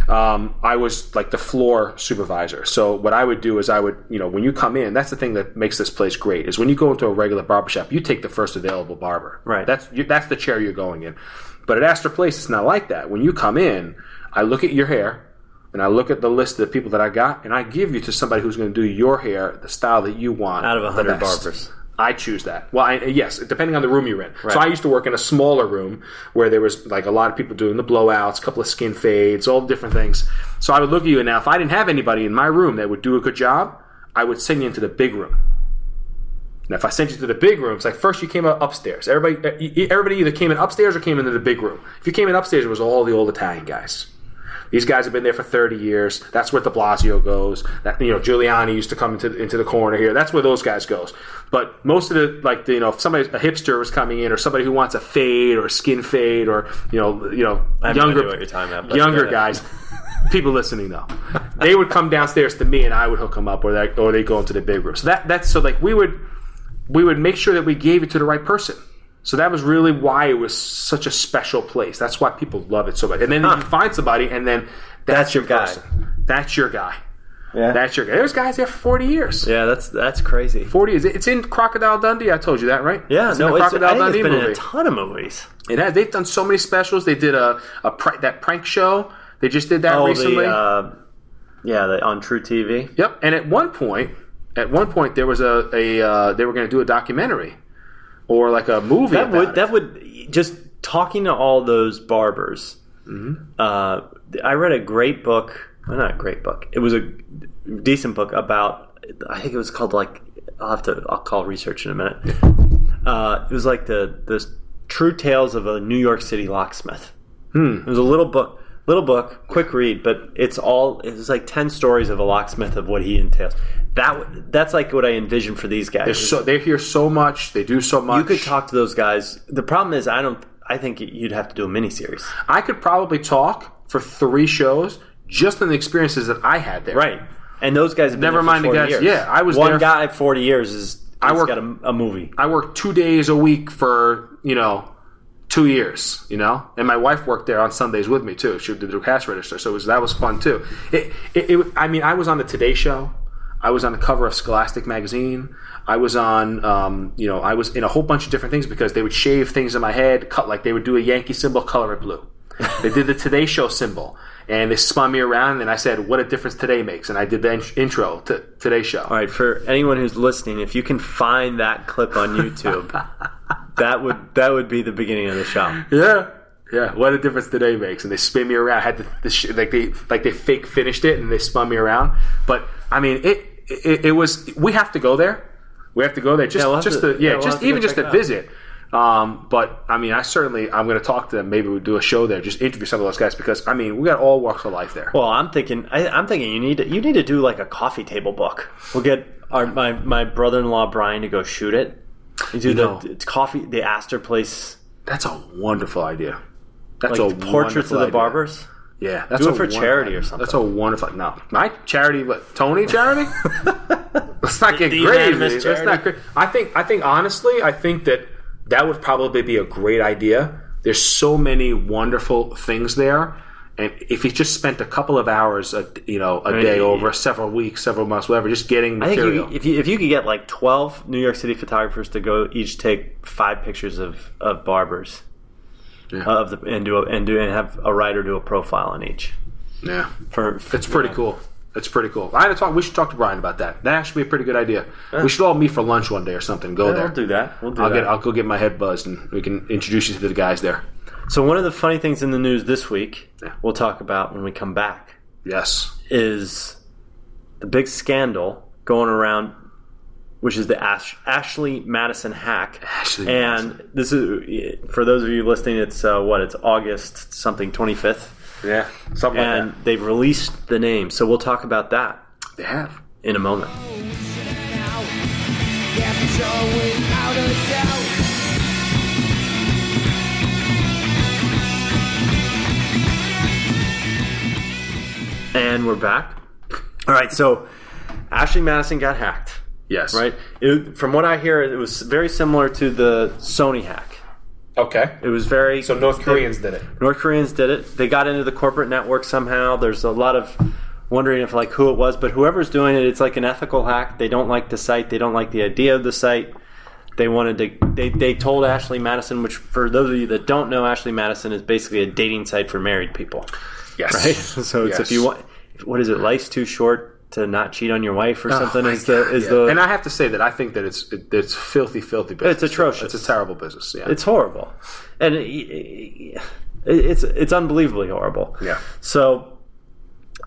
Speaker 5: um, I was like the floor supervisor. So what I would do is I would, you know, when you come in, that's the thing that makes this place great is when you go into a regular barbershop, you take the first available barber.
Speaker 4: Right.
Speaker 5: That's you, that's the chair you're going in. But at Astor Place, it's not like that. When you come in, I look at your hair and I look at the list of the people that I got and I give you to somebody who's going to do your hair the style that you want
Speaker 4: Out of
Speaker 5: the
Speaker 4: 100
Speaker 5: best.
Speaker 4: barbers.
Speaker 5: I choose that. Well, I, yes, depending on the room you're in. So I used to work in a smaller room where there was like a lot of people doing the blowouts, a couple of skin fades, all the different things. So I would look at you, and now if I didn't have anybody in my room that would do a good job, I would send you into the big room. Now, if I sent you to the big room, it's like first you came up upstairs. Everybody, e- e- everybody either came in upstairs or came into the big room. If you came in upstairs, it was all the old Italian guys. These guys have been there for 30 years. That's where De Blasio goes. That, you know, Giuliani used to come into into the corner here. That's where those guys goes. But most of the like, the, you know, if somebody a hipster was coming in, or somebody who wants a fade or a skin fade, or you know, you know,
Speaker 4: have no
Speaker 5: younger
Speaker 4: idea what you're talking about, but
Speaker 5: younger
Speaker 4: go ahead.
Speaker 5: guys. People listening though, they would come downstairs to me, and I would hook them up, or they or they go into the big room. So that that's so like we would we would make sure that we gave it to the right person. So that was really why it was such a special place. That's why people love it so much. And then you find somebody, and then that's,
Speaker 4: That's your guy.
Speaker 5: person. That's your guy.
Speaker 4: Yeah.
Speaker 5: That's your guy. There's guys there for 40 years.
Speaker 4: yeah, that's that's crazy.
Speaker 5: 40 years. It's in Crocodile Dundee. I told you that, right?
Speaker 4: Yeah,
Speaker 5: it's
Speaker 4: no,
Speaker 5: in the
Speaker 4: it's, I
Speaker 5: Crocodile
Speaker 4: think it's
Speaker 5: Dundee
Speaker 4: been in
Speaker 5: movie.
Speaker 4: a ton of movies.
Speaker 5: it has. They've done so many specials. They did a, a pr- that prank show. They just did that
Speaker 4: Oh,
Speaker 5: recently.
Speaker 4: the uh, yeah, the, on True TV.
Speaker 5: Yep. And at one point, at one point, there was a, a uh, they were going to do a documentary or like a movie.
Speaker 4: That
Speaker 5: about
Speaker 4: would
Speaker 5: it.
Speaker 4: that would just talking to all those barbers.
Speaker 5: Mm-hmm.
Speaker 4: Uh, I read a great book. Well, not a great book. It was a decent book about. I think it was called like. I'll have to. I'll call research in a minute. Uh, it was like the the true tales of a New York City locksmith.
Speaker 5: Hmm.
Speaker 4: It was a little book, little book, quick read, but it's all it's like ten stories of a locksmith of what he entails. That w- that's like what I envision for these guys.
Speaker 5: They're so they hear so much. They do so much.
Speaker 4: You could talk to those guys. The problem is, I don't. I think you'd have to do a miniseries.
Speaker 5: I could probably talk for three shows just on the experiences that I had there.
Speaker 4: Right. And those guys have been
Speaker 5: Never
Speaker 4: there for
Speaker 5: mind the
Speaker 4: 40
Speaker 5: guys-
Speaker 4: Years.
Speaker 5: yeah, I was
Speaker 4: one
Speaker 5: there-
Speaker 4: guy. Forty years is. I
Speaker 5: worked-
Speaker 4: worked got a, a movie.
Speaker 5: I worked two days a week for you know two years. You know, and my wife worked there on Sundays with me too. She did the cash register, so it was, that was fun too. It, it, it, I mean, I was on the Today Show. I was on the cover of Scholastic magazine. I was on, um, you know, I was in a whole bunch of different things because they would shave things in my head, cut like they would do a Yankee symbol, color it blue. they did the Today Show symbol, and they spun me around, and I said, "What a difference today makes!" And I did the in- intro to Today Show.
Speaker 4: All right, for anyone who's listening, if you can find that clip on YouTube, that would that would be the beginning of the show.
Speaker 5: Yeah. Yeah, what a difference today makes, and they spin me around. I had the, the sh- like they like they fake finished it and they spun me around. But I mean, it it, it was we have to go there. We have to go there just
Speaker 4: Yeah, we'll have
Speaker 5: just
Speaker 4: to-
Speaker 5: to, yeah,
Speaker 4: yeah, we'll have
Speaker 5: just
Speaker 4: to go
Speaker 5: even just
Speaker 4: check
Speaker 5: to
Speaker 4: it out.
Speaker 5: visit. Um, but I mean, I certainly I'm going to talk to them. Maybe we do a show there, just interview some of those guys because I mean, we got all walks of life there.
Speaker 4: Well, I'm thinking I, I'm thinking you need to, you need to do like a coffee table book. We'll get our my, my brother-in-law Brian to go shoot it. You do the
Speaker 5: know-
Speaker 4: it's coffee the Astor Place
Speaker 5: That's a wonderful idea. That's
Speaker 4: like
Speaker 5: a
Speaker 4: portraits
Speaker 5: wonderful
Speaker 4: of the
Speaker 5: idea.
Speaker 4: barbers.
Speaker 5: Yeah, that's
Speaker 4: Do it
Speaker 5: a
Speaker 4: for
Speaker 5: won-
Speaker 4: charity or something.
Speaker 5: That's a wonderful. No, my charity, what Tony charity? Let's not get
Speaker 4: The
Speaker 5: crazy.
Speaker 4: unanimous
Speaker 5: Let's not.
Speaker 4: charity.
Speaker 5: cra- I think. I think honestly, I think that that would probably be a great idea There's so many wonderful things there. And if he just spent a couple of hours, a, you know, a
Speaker 4: mean,
Speaker 5: day
Speaker 4: y-
Speaker 5: over several weeks, several months, whatever, just getting
Speaker 4: I think
Speaker 5: material.
Speaker 4: you, if you if you could get like twelve New York City photographers to go each take five pictures of of barbers,
Speaker 5: Yeah.
Speaker 4: of the and do a, and do and have a writer do a profile on each.
Speaker 5: yeah,
Speaker 4: For,
Speaker 5: it's pretty cool. It's pretty cool. I haven't talked. We should talk to Brian about that. That should be a pretty good idea. We should all meet for lunch one day or something. Go there.
Speaker 4: We'll do that. We'll do
Speaker 5: I'll
Speaker 4: that.
Speaker 5: get. I'll go get my head buzzed, and we can introduce you to the guys there.
Speaker 4: so one of the funny things in the news this week,
Speaker 5: Yeah.
Speaker 4: we'll talk about when we come back,
Speaker 5: Yes.
Speaker 4: is the big scandal going around, which is the Ash- Ashley Madison hack.
Speaker 5: Ashley
Speaker 4: and
Speaker 5: Madison.
Speaker 4: this is for those of you listening. It's uh, what it's August something twenty fifth.
Speaker 5: Yeah. Something
Speaker 4: and they've released the name. So we'll talk about that
Speaker 5: They have.
Speaker 4: in a moment.
Speaker 6: Yeah, for sure, without a doubt.
Speaker 4: And we're back. All right, so Ashley Madison got hacked,
Speaker 5: Yes.
Speaker 4: right? It, from what I hear, it was very similar to the Sony hack.
Speaker 5: Okay.
Speaker 4: It was very
Speaker 5: So North Koreans did it.
Speaker 4: North Koreans did it. They got into the corporate network somehow. There's a lot of wondering if like who it was, but whoever's doing it, it's like an ethical hack. They don't like the site. They don't like the idea of the site. They wanted to. They, they told Ashley Madison, which for those of you that don't know, Ashley Madison is basically a dating site for married people,
Speaker 5: Yes.
Speaker 4: right? So it's if
Speaker 5: Yes.
Speaker 4: you want, what is it? Life's too short to not cheat on your wife or
Speaker 5: Oh
Speaker 4: something.
Speaker 5: my
Speaker 4: Is the
Speaker 5: God,
Speaker 4: is
Speaker 5: yeah.
Speaker 4: the
Speaker 5: and I have to say that I think that it's it, it's filthy, filthy business.
Speaker 4: atrocious.
Speaker 5: It's a terrible business. Yeah.
Speaker 4: It's horrible, and it, it- it's it's unbelievably horrible.
Speaker 5: Yeah.
Speaker 4: So,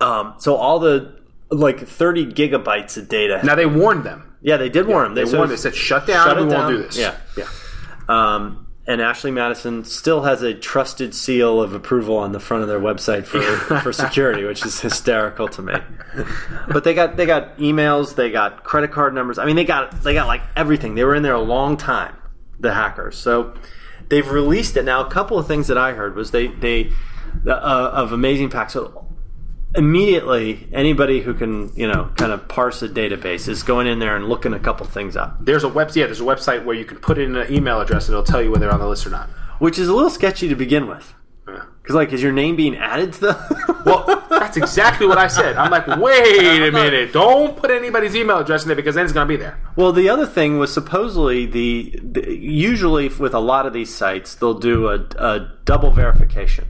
Speaker 4: um, so all the like thirty gigabytes of data.
Speaker 5: now they warned them.
Speaker 4: yeah, they did warn them.
Speaker 5: They
Speaker 4: so
Speaker 5: warned. They said, "Shut down.
Speaker 4: Shut
Speaker 5: we
Speaker 4: it
Speaker 5: won't
Speaker 4: down."
Speaker 5: do this."
Speaker 4: Yeah.
Speaker 5: Yeah.
Speaker 4: Um, and Ashley Madison still has a trusted seal of approval on the front of their website for, for security, which is hysterical to me. But they got they got emails, they got credit card numbers. I mean, they got they got like everything. They were in there a long time, the hackers. So they've released it now. A couple of things that I heard was they they uh, of amazing pack. So immediately, anybody who can you know kind of parse a database is going in there and looking a couple things up.
Speaker 5: There's a web. Yeah. There's a website where you can put in an email address and it'll tell you whether they're on the list or not.
Speaker 4: which is a little sketchy to begin with.
Speaker 5: Yeah.
Speaker 4: Because like, is your name being added to the?
Speaker 5: Well, that's exactly what I said. I'm like, wait a minute. Don't put anybody's email address in there because then it's going to be there.
Speaker 4: well, the other thing was supposedly the, the usually with a lot of these sites they'll do a, a double verification.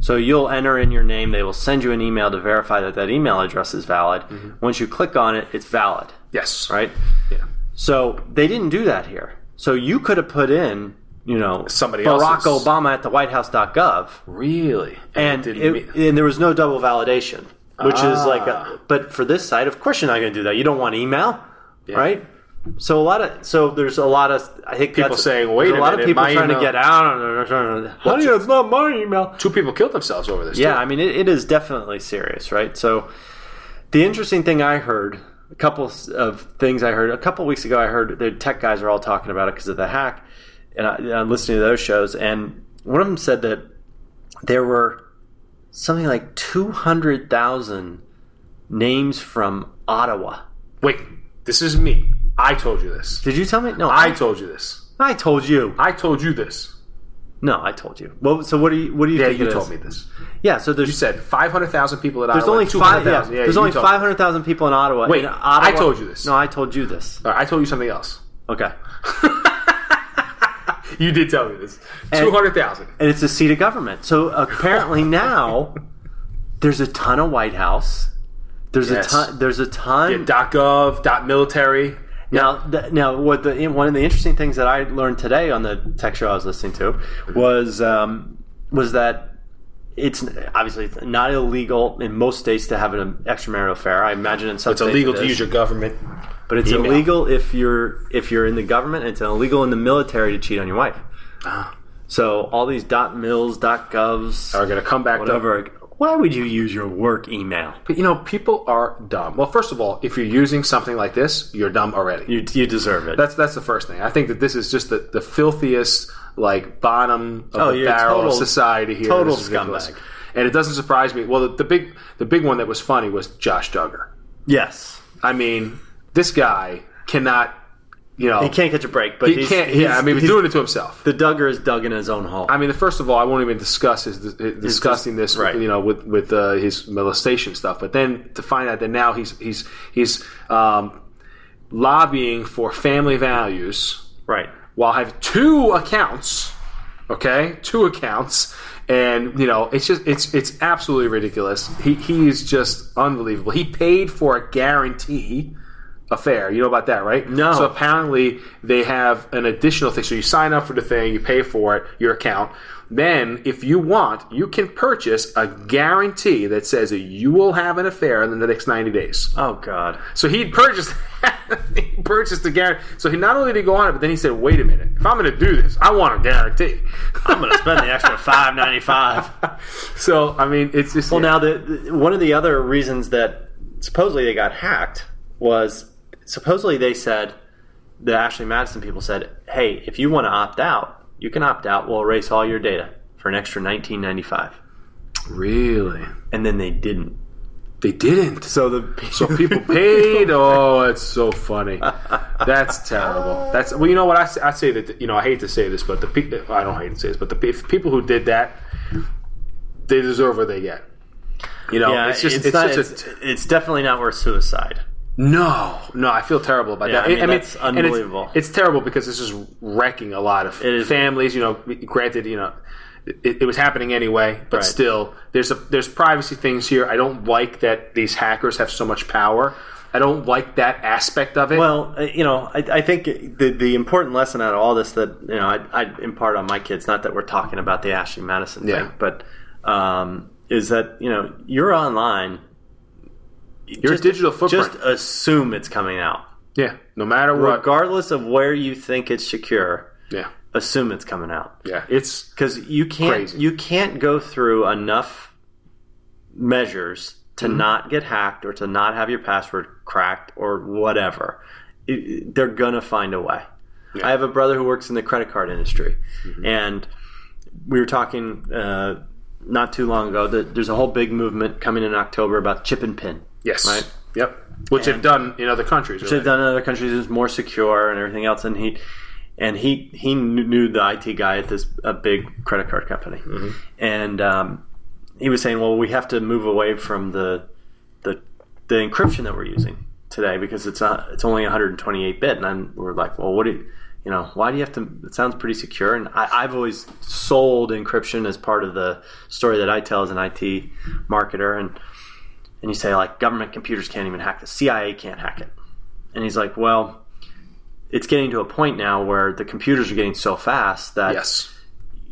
Speaker 4: So you'll enter in your name. They will send you an email to verify that that email address is valid. Once you click on it, it's valid,
Speaker 5: Yes.
Speaker 4: right?
Speaker 5: Mm-hmm. Yeah.
Speaker 4: So they didn't do that here. So you could have put in, you know,
Speaker 5: Somebody
Speaker 4: Barack
Speaker 5: else's.
Speaker 4: Obama at the WhiteHouse.gov.
Speaker 5: Really?
Speaker 4: and
Speaker 5: it
Speaker 4: it,
Speaker 5: didn't mean-
Speaker 4: and there was no double validation, which is
Speaker 5: Ah.
Speaker 4: like, a, but for this site, of course you're not going to do that. You don't want email, right? So a lot of so there's a lot of I think
Speaker 5: People
Speaker 4: that's-
Speaker 5: saying, "Wait
Speaker 4: there's
Speaker 5: a
Speaker 4: lot
Speaker 5: minute,
Speaker 4: of people
Speaker 5: my
Speaker 4: trying
Speaker 5: email-
Speaker 4: to get out on it. Honey, it's not my email.
Speaker 5: two people killed themselves over this.
Speaker 4: Yeah, I mean it, it is definitely serious, right? So the interesting thing I heard. A couple of things I heard a couple weeks ago. I heard the tech guys are all talking about it because of the hack, and I, and I'm listening to those shows. And one of them said that there were something like 200,000 names from Ottawa.
Speaker 5: too. Wait. This is me. I told you this.
Speaker 4: Did you tell me? No,
Speaker 5: I told you this.
Speaker 4: I told you.
Speaker 5: I told you this.
Speaker 4: No, I told you. Well, so what do you what do you
Speaker 5: Yeah,
Speaker 4: think
Speaker 5: you
Speaker 4: it
Speaker 5: told
Speaker 4: is?
Speaker 5: me this.
Speaker 4: Yeah, so there's
Speaker 5: You said 500,000 people at
Speaker 4: there's
Speaker 5: Ottawa.
Speaker 4: only five. Yeah,
Speaker 5: 200,000.
Speaker 4: there's
Speaker 5: you
Speaker 4: only
Speaker 5: told me.
Speaker 4: 500,000 people in Ottawa.
Speaker 5: Wait,
Speaker 4: In Ottawa-
Speaker 5: I told you this.
Speaker 4: No, I told you this.
Speaker 5: All right, I told you something else.
Speaker 4: Okay.
Speaker 5: You did tell me this.
Speaker 4: And-
Speaker 5: 200,000.
Speaker 4: And it's a seat of government. So apparently now there's a ton of White House. There's
Speaker 5: Yes.
Speaker 4: a ton there's a ton
Speaker 5: Yeah, dot .gov, dot .military.
Speaker 4: Now, th- now, what the one of the interesting things that I learned today on the tech show I was listening to was um, was that it's obviously it's not illegal in most states to have an extramarital affair. I imagine in some
Speaker 5: It's illegal to use
Speaker 4: your,
Speaker 5: your government.
Speaker 4: but it's
Speaker 5: email.
Speaker 4: illegal if you're if you're in the government. and It's illegal in the military to cheat on your wife.
Speaker 5: Ah.
Speaker 4: So all these dot mils, dot govs,
Speaker 5: Are going to come back to
Speaker 4: whatever. Why would you use your work email?
Speaker 5: But you know, people are dumb. Well, first of all, if you're using something like this, you're dumb already.
Speaker 4: You you deserve it.
Speaker 5: that's that's the first thing. I think that this is just the, the filthiest, like bottom of
Speaker 4: Oh,
Speaker 5: the
Speaker 4: you're
Speaker 5: barrel of
Speaker 4: total-
Speaker 5: society here.
Speaker 4: total
Speaker 5: This is ridiculous.
Speaker 4: scumbag.
Speaker 5: And it doesn't surprise me. Well, the, the big the big one that was funny was Josh Duggar.
Speaker 4: yes.
Speaker 5: I mean, this guy cannot you know,
Speaker 4: He can't catch a break, but
Speaker 5: he
Speaker 4: he's,
Speaker 5: can't-
Speaker 4: he's-
Speaker 5: yeah, I mean, he's, doing it to himself.
Speaker 4: The Duggar is dug in his own hole.
Speaker 5: I mean, the first of all, I won't even discuss his, his discussing this,
Speaker 4: right.
Speaker 5: you know, with with uh, his molestation stuff. But then to find out that now he's he's he's um, lobbying for family values,
Speaker 4: right.
Speaker 5: while I have two accounts, okay, two accounts, and you know it's just it's it's absolutely ridiculous. He he is just unbelievable. He paid for a guarantee affair. You know about that, right?
Speaker 4: No.
Speaker 5: So apparently they have an additional thing. So you sign up for the thing, you pay for it, your account. Then, if you want, you can purchase a guarantee that says that you will have an affair in the next ninety days.
Speaker 4: Oh God.
Speaker 5: So he purchased he purchased a guarantee. So he not only did he go on it, but then he said, "Wait a minute! If I'm going to do this, I want a guarantee."
Speaker 4: I'm going to spend the extra five ninety five.
Speaker 5: so I mean, it's just
Speaker 4: Well, now the, the- one of the other reasons that supposedly they got hacked was supposedly they said the Ashley Madison people said, "Hey, if you want to opt out, you can opt out. We'll erase all your data for an extra 19.95."
Speaker 5: really
Speaker 4: And then they didn't.
Speaker 5: they didn't. So
Speaker 4: So the
Speaker 5: so people paid. Oh, it's so funny. That's terrible. That's well, you know what I, s- I say that you know I hate to say this, but the pe- I don't hate to say this, but the pe- if people who did that, they deserve what they get. You know,
Speaker 4: yeah,
Speaker 5: it's just it's,
Speaker 4: not,
Speaker 5: such a
Speaker 4: it's, it's definitely not worth suicide.
Speaker 5: No, no, I feel terrible about
Speaker 4: Yeah,
Speaker 5: that.
Speaker 4: I mean,
Speaker 5: and
Speaker 4: that's
Speaker 5: and it's-
Speaker 4: unbelievable.
Speaker 5: It's, terrible because this is wrecking a lot of
Speaker 4: It is.
Speaker 5: families. You know, granted, you know, it, it was happening anyway, but
Speaker 4: Right.
Speaker 5: still, there's a there's privacy things here. I don't like that these hackers have so much power. I don't like that aspect of it.
Speaker 4: Well, uh, you know, I, I think the the important lesson out of all this that you know I, I impart on my kids, not that we're talking about the Ashley Madison
Speaker 5: Yeah.
Speaker 4: thing, but um, is that you know you're online. Your
Speaker 5: digital footprint.
Speaker 4: Just assume it's coming out,
Speaker 5: yeah, no matter what.
Speaker 4: regardless of where you think it's secure.
Speaker 5: yeah,
Speaker 4: Assume it's coming out
Speaker 5: yeah, it's
Speaker 4: because you can't
Speaker 5: Crazy.
Speaker 4: you can't go through enough measures to not get hacked or to not have your password cracked or whatever. It- it- they're gonna find a way. I have a brother who works in the credit card industry, and we were talking uh, not too long ago that there's a whole big movement coming in October about chip and pin.
Speaker 5: yes,
Speaker 4: Right.
Speaker 5: yep. Which they've done in other countries.
Speaker 4: Which
Speaker 5: really.
Speaker 4: they've done in other countries is more secure and everything else. And he and he he knew the IT guy at this a big credit card company, and um, he was saying, well, we have to move away from the the the encryption that we're using today because it's not it's only 128 bit, and I'm, we're like, well, what do you you know, why do you have to? It sounds pretty secure, and I, I've always sold encryption as part of the story that I tell as an IT marketer, and and you say like government computers can't even hack the CIA can't hack it, and he's like, well, it's getting to a point now where the computers are getting so fast that
Speaker 5: yes,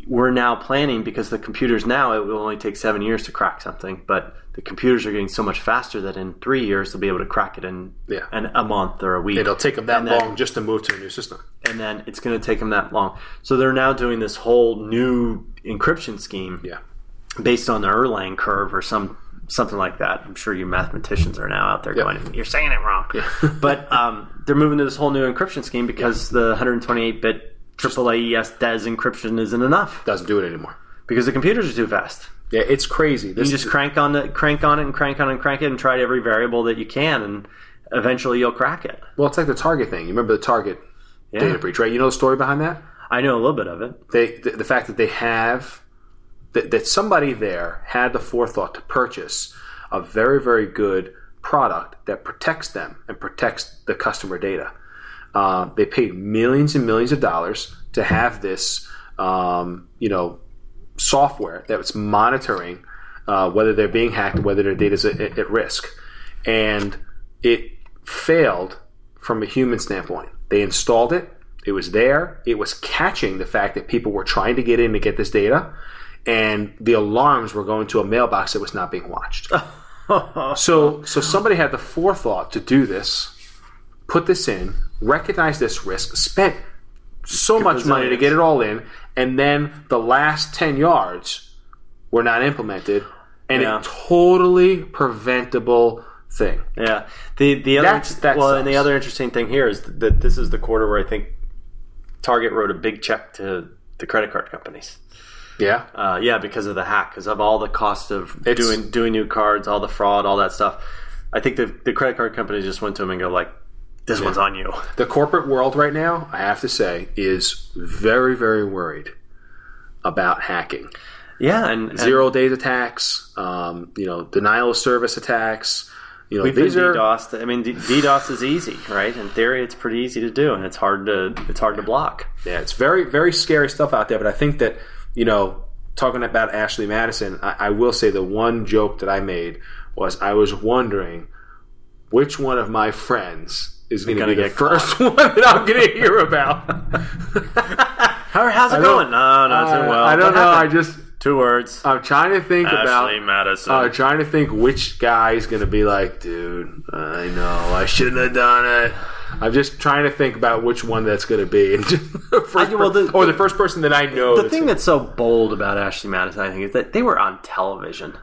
Speaker 4: we're now planning because the computers now it will only take seven years to crack something, but the computers are getting so much faster that in three years they'll be able to crack it in,
Speaker 5: Yeah.
Speaker 4: in a month or a week.
Speaker 5: it'll take them that
Speaker 4: And then-
Speaker 5: long just to move to a new system.
Speaker 4: and then it's going to take them that long. So they're now doing this whole new encryption scheme
Speaker 5: Yeah,
Speaker 4: based on the Erlang curve or some something like that. I'm sure you mathematicians are now out there
Speaker 5: Yeah.
Speaker 4: going, "You're saying it wrong." but um, they're moving to this whole new encryption scheme because the 128-bit AAAES E DES encryption isn't enough
Speaker 5: doesn't do it anymore.
Speaker 4: because the computers are too fast.
Speaker 5: Yeah, it's crazy. This
Speaker 4: You just crank on the crank on it and crank on it and crank it and try every variable that you can, and eventually you'll crack it.
Speaker 5: well, it's like the Target thing. You remember the Target
Speaker 4: Yeah,
Speaker 5: data breach, right? You know the story behind that?
Speaker 4: I know a little bit of it.
Speaker 5: they the, the fact that they have that, that somebody there had the forethought to purchase a very very good product that protects them and protects the customer data uh, they paid millions and millions of dollars to have this um, you know software that was monitoring uh, whether they're being hacked whether their data is at, at risk and it failed from a human standpoint. They installed it, it was there, it was catching the fact that people were trying to get in to get this data, and the alarms were going to a mailbox that was not being watched. so, so somebody had the forethought to do this, put this in, recognize this risk, spent so much money to get it all in, and then the last 10 yards were not implemented, and
Speaker 4: Yeah.
Speaker 5: a totally preventable thing.
Speaker 4: Yeah. The the other
Speaker 5: That's- that
Speaker 4: well, and the
Speaker 5: sucks.
Speaker 4: other interesting thing here is that this is the quarter where I think Target wrote a big check to the credit card companies.
Speaker 5: Yeah.
Speaker 4: Uh, yeah, because of the hack, because of all the cost of
Speaker 5: It's-
Speaker 4: doing doing new cards, all the fraud, all that stuff. I think the the credit card companies just went to them and go like, this one's on you.
Speaker 5: the corporate world right now, I have to say, is very, very worried about hacking.
Speaker 4: Yeah, and, and
Speaker 5: Zero days attacks, um, you know, denial of service attacks. You know,
Speaker 4: We've
Speaker 5: these
Speaker 4: been
Speaker 5: are
Speaker 4: DDoSed. I mean, D- DDoS is easy, right? In theory, it's pretty easy to do, and it's hard to it's hard to block.
Speaker 5: yeah, it's very, very scary stuff out there. But I think that you know, talking about Ashley Madison, I, I will say the one joke that I made was I was wondering which one of my friends is going to
Speaker 4: Gonna
Speaker 5: be the
Speaker 4: get
Speaker 5: first one that I'm going to hear about.
Speaker 4: How, how's it
Speaker 5: don't-
Speaker 4: going? Uh, No, not too well.
Speaker 5: Uh, I don't
Speaker 4: What
Speaker 5: know. I
Speaker 4: happened?
Speaker 5: just
Speaker 4: two words.
Speaker 5: I'm trying to think about
Speaker 4: Ashley Madison.
Speaker 5: I'm trying to think which guy is going to be like, dude, I know, I shouldn't have done it. I'm just trying to think about which one that's going to be. And just the first
Speaker 4: I- well, the-
Speaker 5: per- or the first person that I know.
Speaker 4: the
Speaker 5: that's-
Speaker 4: thing that's so bold about Ashley Madison, I think, is that they were on television.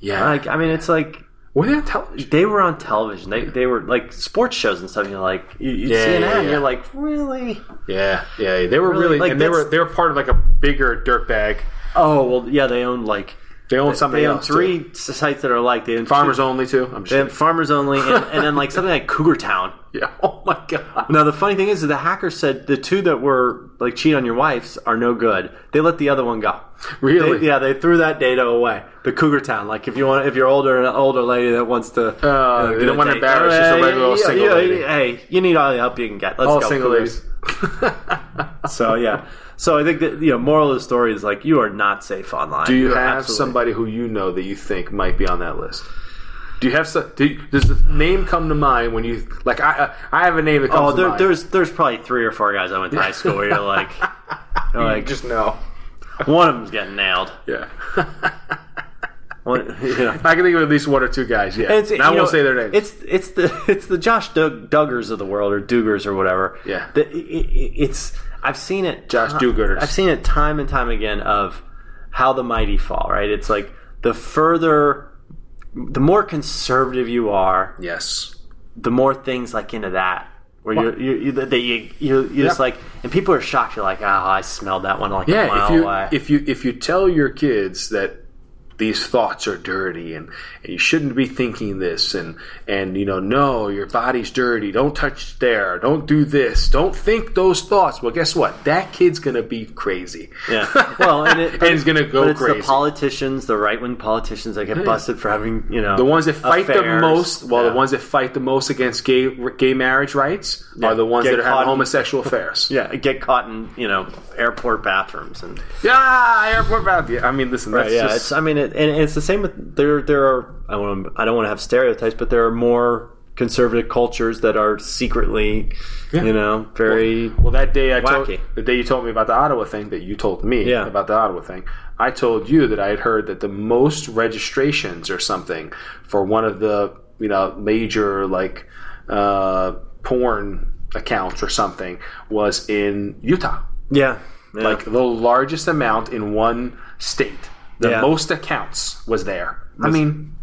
Speaker 5: yeah.
Speaker 4: Like, I mean, it's like
Speaker 5: were they on television?
Speaker 4: they were on television. They they were like sports shows and stuff. You're like, you, you'd
Speaker 5: Yeah,
Speaker 4: see an
Speaker 5: yeah,
Speaker 4: ad, and
Speaker 5: yeah.
Speaker 4: you're like, really?
Speaker 5: Yeah, yeah. They were really,
Speaker 4: Really? Like,
Speaker 5: and they were
Speaker 4: that's-
Speaker 5: they were part of like a bigger dirtbag.
Speaker 4: Oh well, yeah. They own like
Speaker 5: They own something
Speaker 4: they own
Speaker 5: else.
Speaker 4: three
Speaker 5: too.
Speaker 4: sites that are like they own
Speaker 5: farmers
Speaker 4: two-
Speaker 5: only too. I'm just
Speaker 4: they own farmers only, and, and then like something like Cougar Town.
Speaker 5: yeah. Oh my god.
Speaker 4: Now the funny thing is, that the hacker said the two that were like cheat on your wives are no good. They let the other one go.
Speaker 5: Really?
Speaker 4: They- yeah, they threw that data away. The Cougar Town, like if you want, if you're older, an older lady that wants to,
Speaker 5: Uh,
Speaker 4: you know,
Speaker 5: they
Speaker 4: get
Speaker 5: don't
Speaker 4: a
Speaker 5: wanna
Speaker 4: date.
Speaker 5: embarrass just a regular old single lady.
Speaker 4: Hey, you need all the help you can get. Let's
Speaker 5: All
Speaker 4: go,
Speaker 5: single
Speaker 4: Cougars.
Speaker 5: ladies.
Speaker 4: So yeah, so I think that you know, moral of the story is like you are not safe online.
Speaker 5: Do you
Speaker 4: are
Speaker 5: have
Speaker 4: absolutely-
Speaker 5: somebody who you know that you think might be on that list? Do you have some? Do you, does the name come to mind when you like? I uh, I have a name that comes
Speaker 4: Oh,
Speaker 5: to
Speaker 4: there,
Speaker 5: mind.
Speaker 4: there's there's probably three or four guys I went to high school where you're like, you're
Speaker 5: I
Speaker 4: like
Speaker 5: just know.
Speaker 4: one of them's getting nailed.
Speaker 5: Yeah,
Speaker 4: One, you know.
Speaker 5: I can think of at least one or two guys. Yeah,
Speaker 4: And it's-
Speaker 5: and I
Speaker 4: you
Speaker 5: won't
Speaker 4: know,
Speaker 5: say their names.
Speaker 4: It's it's the it's the Josh Dug- Duggers of the world or Dugers or whatever.
Speaker 5: Yeah.
Speaker 4: The- i- i- it's I've seen it.
Speaker 5: Josh
Speaker 4: ti-
Speaker 5: Do-gooders.
Speaker 4: I've seen it time and time again of how the mighty fall. Right. It's like the further, the more conservative you are,
Speaker 5: yes,
Speaker 4: the more things like into that. Where you're, you you that you, you, you just
Speaker 5: Yeah.
Speaker 4: like, and people are shocked. You're like, oh, I smelled that one like a
Speaker 5: yeah.
Speaker 4: mile
Speaker 5: If you
Speaker 4: away.
Speaker 5: if you if you tell your kids that these thoughts are dirty and, and you shouldn't be thinking this and and you know no your body's dirty don't touch there don't do this don't think those thoughts well guess what that kid's gonna be crazy
Speaker 4: Yeah. Well, and, it,
Speaker 5: And it's gonna go
Speaker 4: but it's
Speaker 5: crazy.
Speaker 4: The politicians, the right wing politicians, that get busted for having you know
Speaker 5: The ones that fight the
Speaker 4: affairs.
Speaker 5: most, well,
Speaker 4: Yeah.
Speaker 5: the ones that fight the most against gay gay marriage rights are the ones
Speaker 4: Get
Speaker 5: that are having
Speaker 4: caught in-
Speaker 5: homosexual affairs.
Speaker 4: yeah get caught in you know airport bathrooms and
Speaker 5: yeah, airport about I mean, listen, that's
Speaker 4: yeah.
Speaker 5: just-
Speaker 4: it's, I mean, it, and it's the same with there. There are I want I don't want to have stereotypes, but there are more conservative cultures that are secretly you know very
Speaker 5: well, that day I told,
Speaker 4: wacky.
Speaker 5: the day you told me about the Ottawa thing, that you told me
Speaker 4: Yeah.
Speaker 5: about the Ottawa thing, I told you that I had heard that the most registrations or something for one of the you know major like uh, porn accounts or something was in Utah.
Speaker 4: yeah, yeah.
Speaker 5: like the largest amount in one state. The
Speaker 4: Yeah.
Speaker 5: most accounts was there. I mean,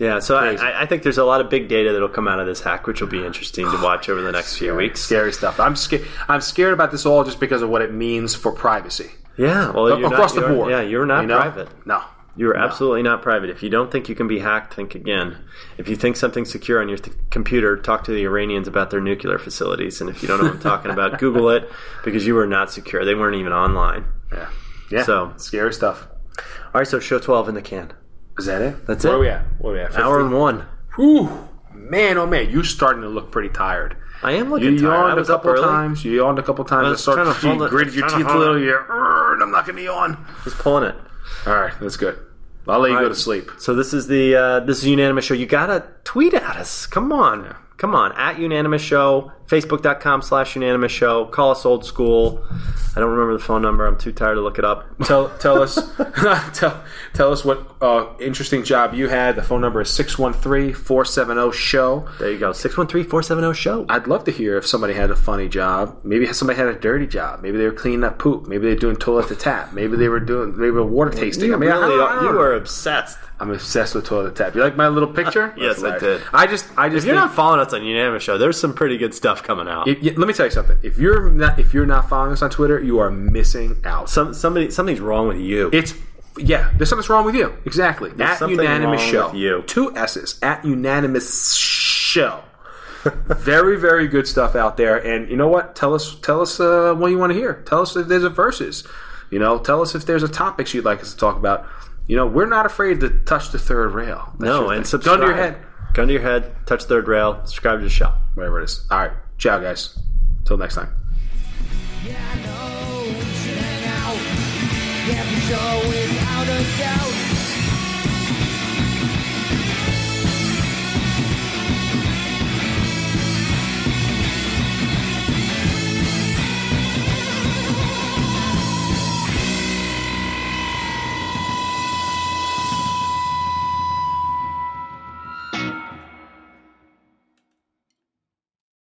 Speaker 4: yeah. So I- I, I think there's a lot of big data that'll come out of this hack, which will be interesting to watch over the next few weeks.
Speaker 5: scary stuff. I'm scared. I'm scared about this all just because of what it means for privacy
Speaker 4: Yeah, well, you're
Speaker 5: across
Speaker 4: not-
Speaker 5: the
Speaker 4: you're-
Speaker 5: board.
Speaker 4: Yeah, you're not
Speaker 5: you know?
Speaker 4: private.
Speaker 5: No.
Speaker 4: You're absolutely not private. If you don't think you can be hacked, think again. If you think something's secure on your th- computer, talk to the Iranians about their nuclear facilities. And if you don't know what I'm talking about, Google it because you are not secure. They weren't even online.
Speaker 5: Yeah. Yeah.
Speaker 4: So-
Speaker 5: scary stuff.
Speaker 4: All right, so show 12 in the can.
Speaker 5: Is that it?
Speaker 4: That's
Speaker 5: Where
Speaker 4: it.
Speaker 5: Where we at? Where we at?
Speaker 4: Hour and one.
Speaker 5: Whew. Man, oh man, you starting to look pretty tired.
Speaker 4: I am
Speaker 5: You
Speaker 4: looking
Speaker 5: yawned
Speaker 4: tired. I
Speaker 5: a
Speaker 4: was up
Speaker 5: couple
Speaker 4: early.
Speaker 5: times. You yawned a couple times. I
Speaker 4: was
Speaker 5: started
Speaker 4: trying to hold
Speaker 5: you
Speaker 4: it-
Speaker 5: gritted your
Speaker 4: trying to
Speaker 5: teeth a
Speaker 4: hold
Speaker 5: little.
Speaker 4: it.
Speaker 5: You're, "Urgh, I'm not going to yawn.
Speaker 4: Just pulling it.
Speaker 5: All right, that's good. I'll let you go
Speaker 4: right.
Speaker 5: to sleep.
Speaker 4: So this is the uh, this is unanimous show. You gotta tweet at us. Come on, come on. At unanimous show, facebook.com slash unanimous show. Call us old school. I don't remember the phone number. I'm too tired to look it up.
Speaker 5: tell tell us tell, tell us what uh, interesting job you had. The phone number is 613-470 oh, show.
Speaker 4: There you go. 613-470 show.
Speaker 5: I'd love to hear if somebody had a funny job. Maybe somebody had a dirty job. Maybe they were cleaning up poop. Maybe they were doing toilet to tap. Maybe they were doing maybe they were water tasting. I mean, I
Speaker 4: really
Speaker 5: don't-
Speaker 4: are, you are obsessed.
Speaker 5: I'm obsessed with toilet to tap. You like my little picture?
Speaker 4: Yes,
Speaker 5: That's
Speaker 4: I did.
Speaker 5: I just I
Speaker 4: If
Speaker 5: just
Speaker 4: you're
Speaker 5: think-
Speaker 4: not following us on unanimous show, there's some pretty good stuff coming out.
Speaker 5: y- y- let me tell you something. If you're not if you're not following us on Twitter, you are missing out.
Speaker 4: Some somebody something's wrong with you.
Speaker 5: It's yeah. There's something's wrong with you. Exactly. at
Speaker 4: something
Speaker 5: unanimous
Speaker 4: wrong
Speaker 5: show.
Speaker 4: with you.
Speaker 5: Two S's. At unanimous show. very, very good stuff out there. And you know what? Tell us, tell us uh, what you want to hear. Tell us if there's a verses. You know, tell us if there's a topics you'd like us to talk about. You know, we're not afraid to touch the third rail. That's
Speaker 4: No,
Speaker 5: your
Speaker 4: and
Speaker 5: thing.
Speaker 4: subscribe.
Speaker 5: Gun to your head.
Speaker 4: Gun to your head. Touch third rail. Subscribe to the show.
Speaker 5: Whatever it is. All right. Ciao, guys. Till next time.
Speaker 6: Yeah, I know we should hang out. Yeah, for sure, without a doubt.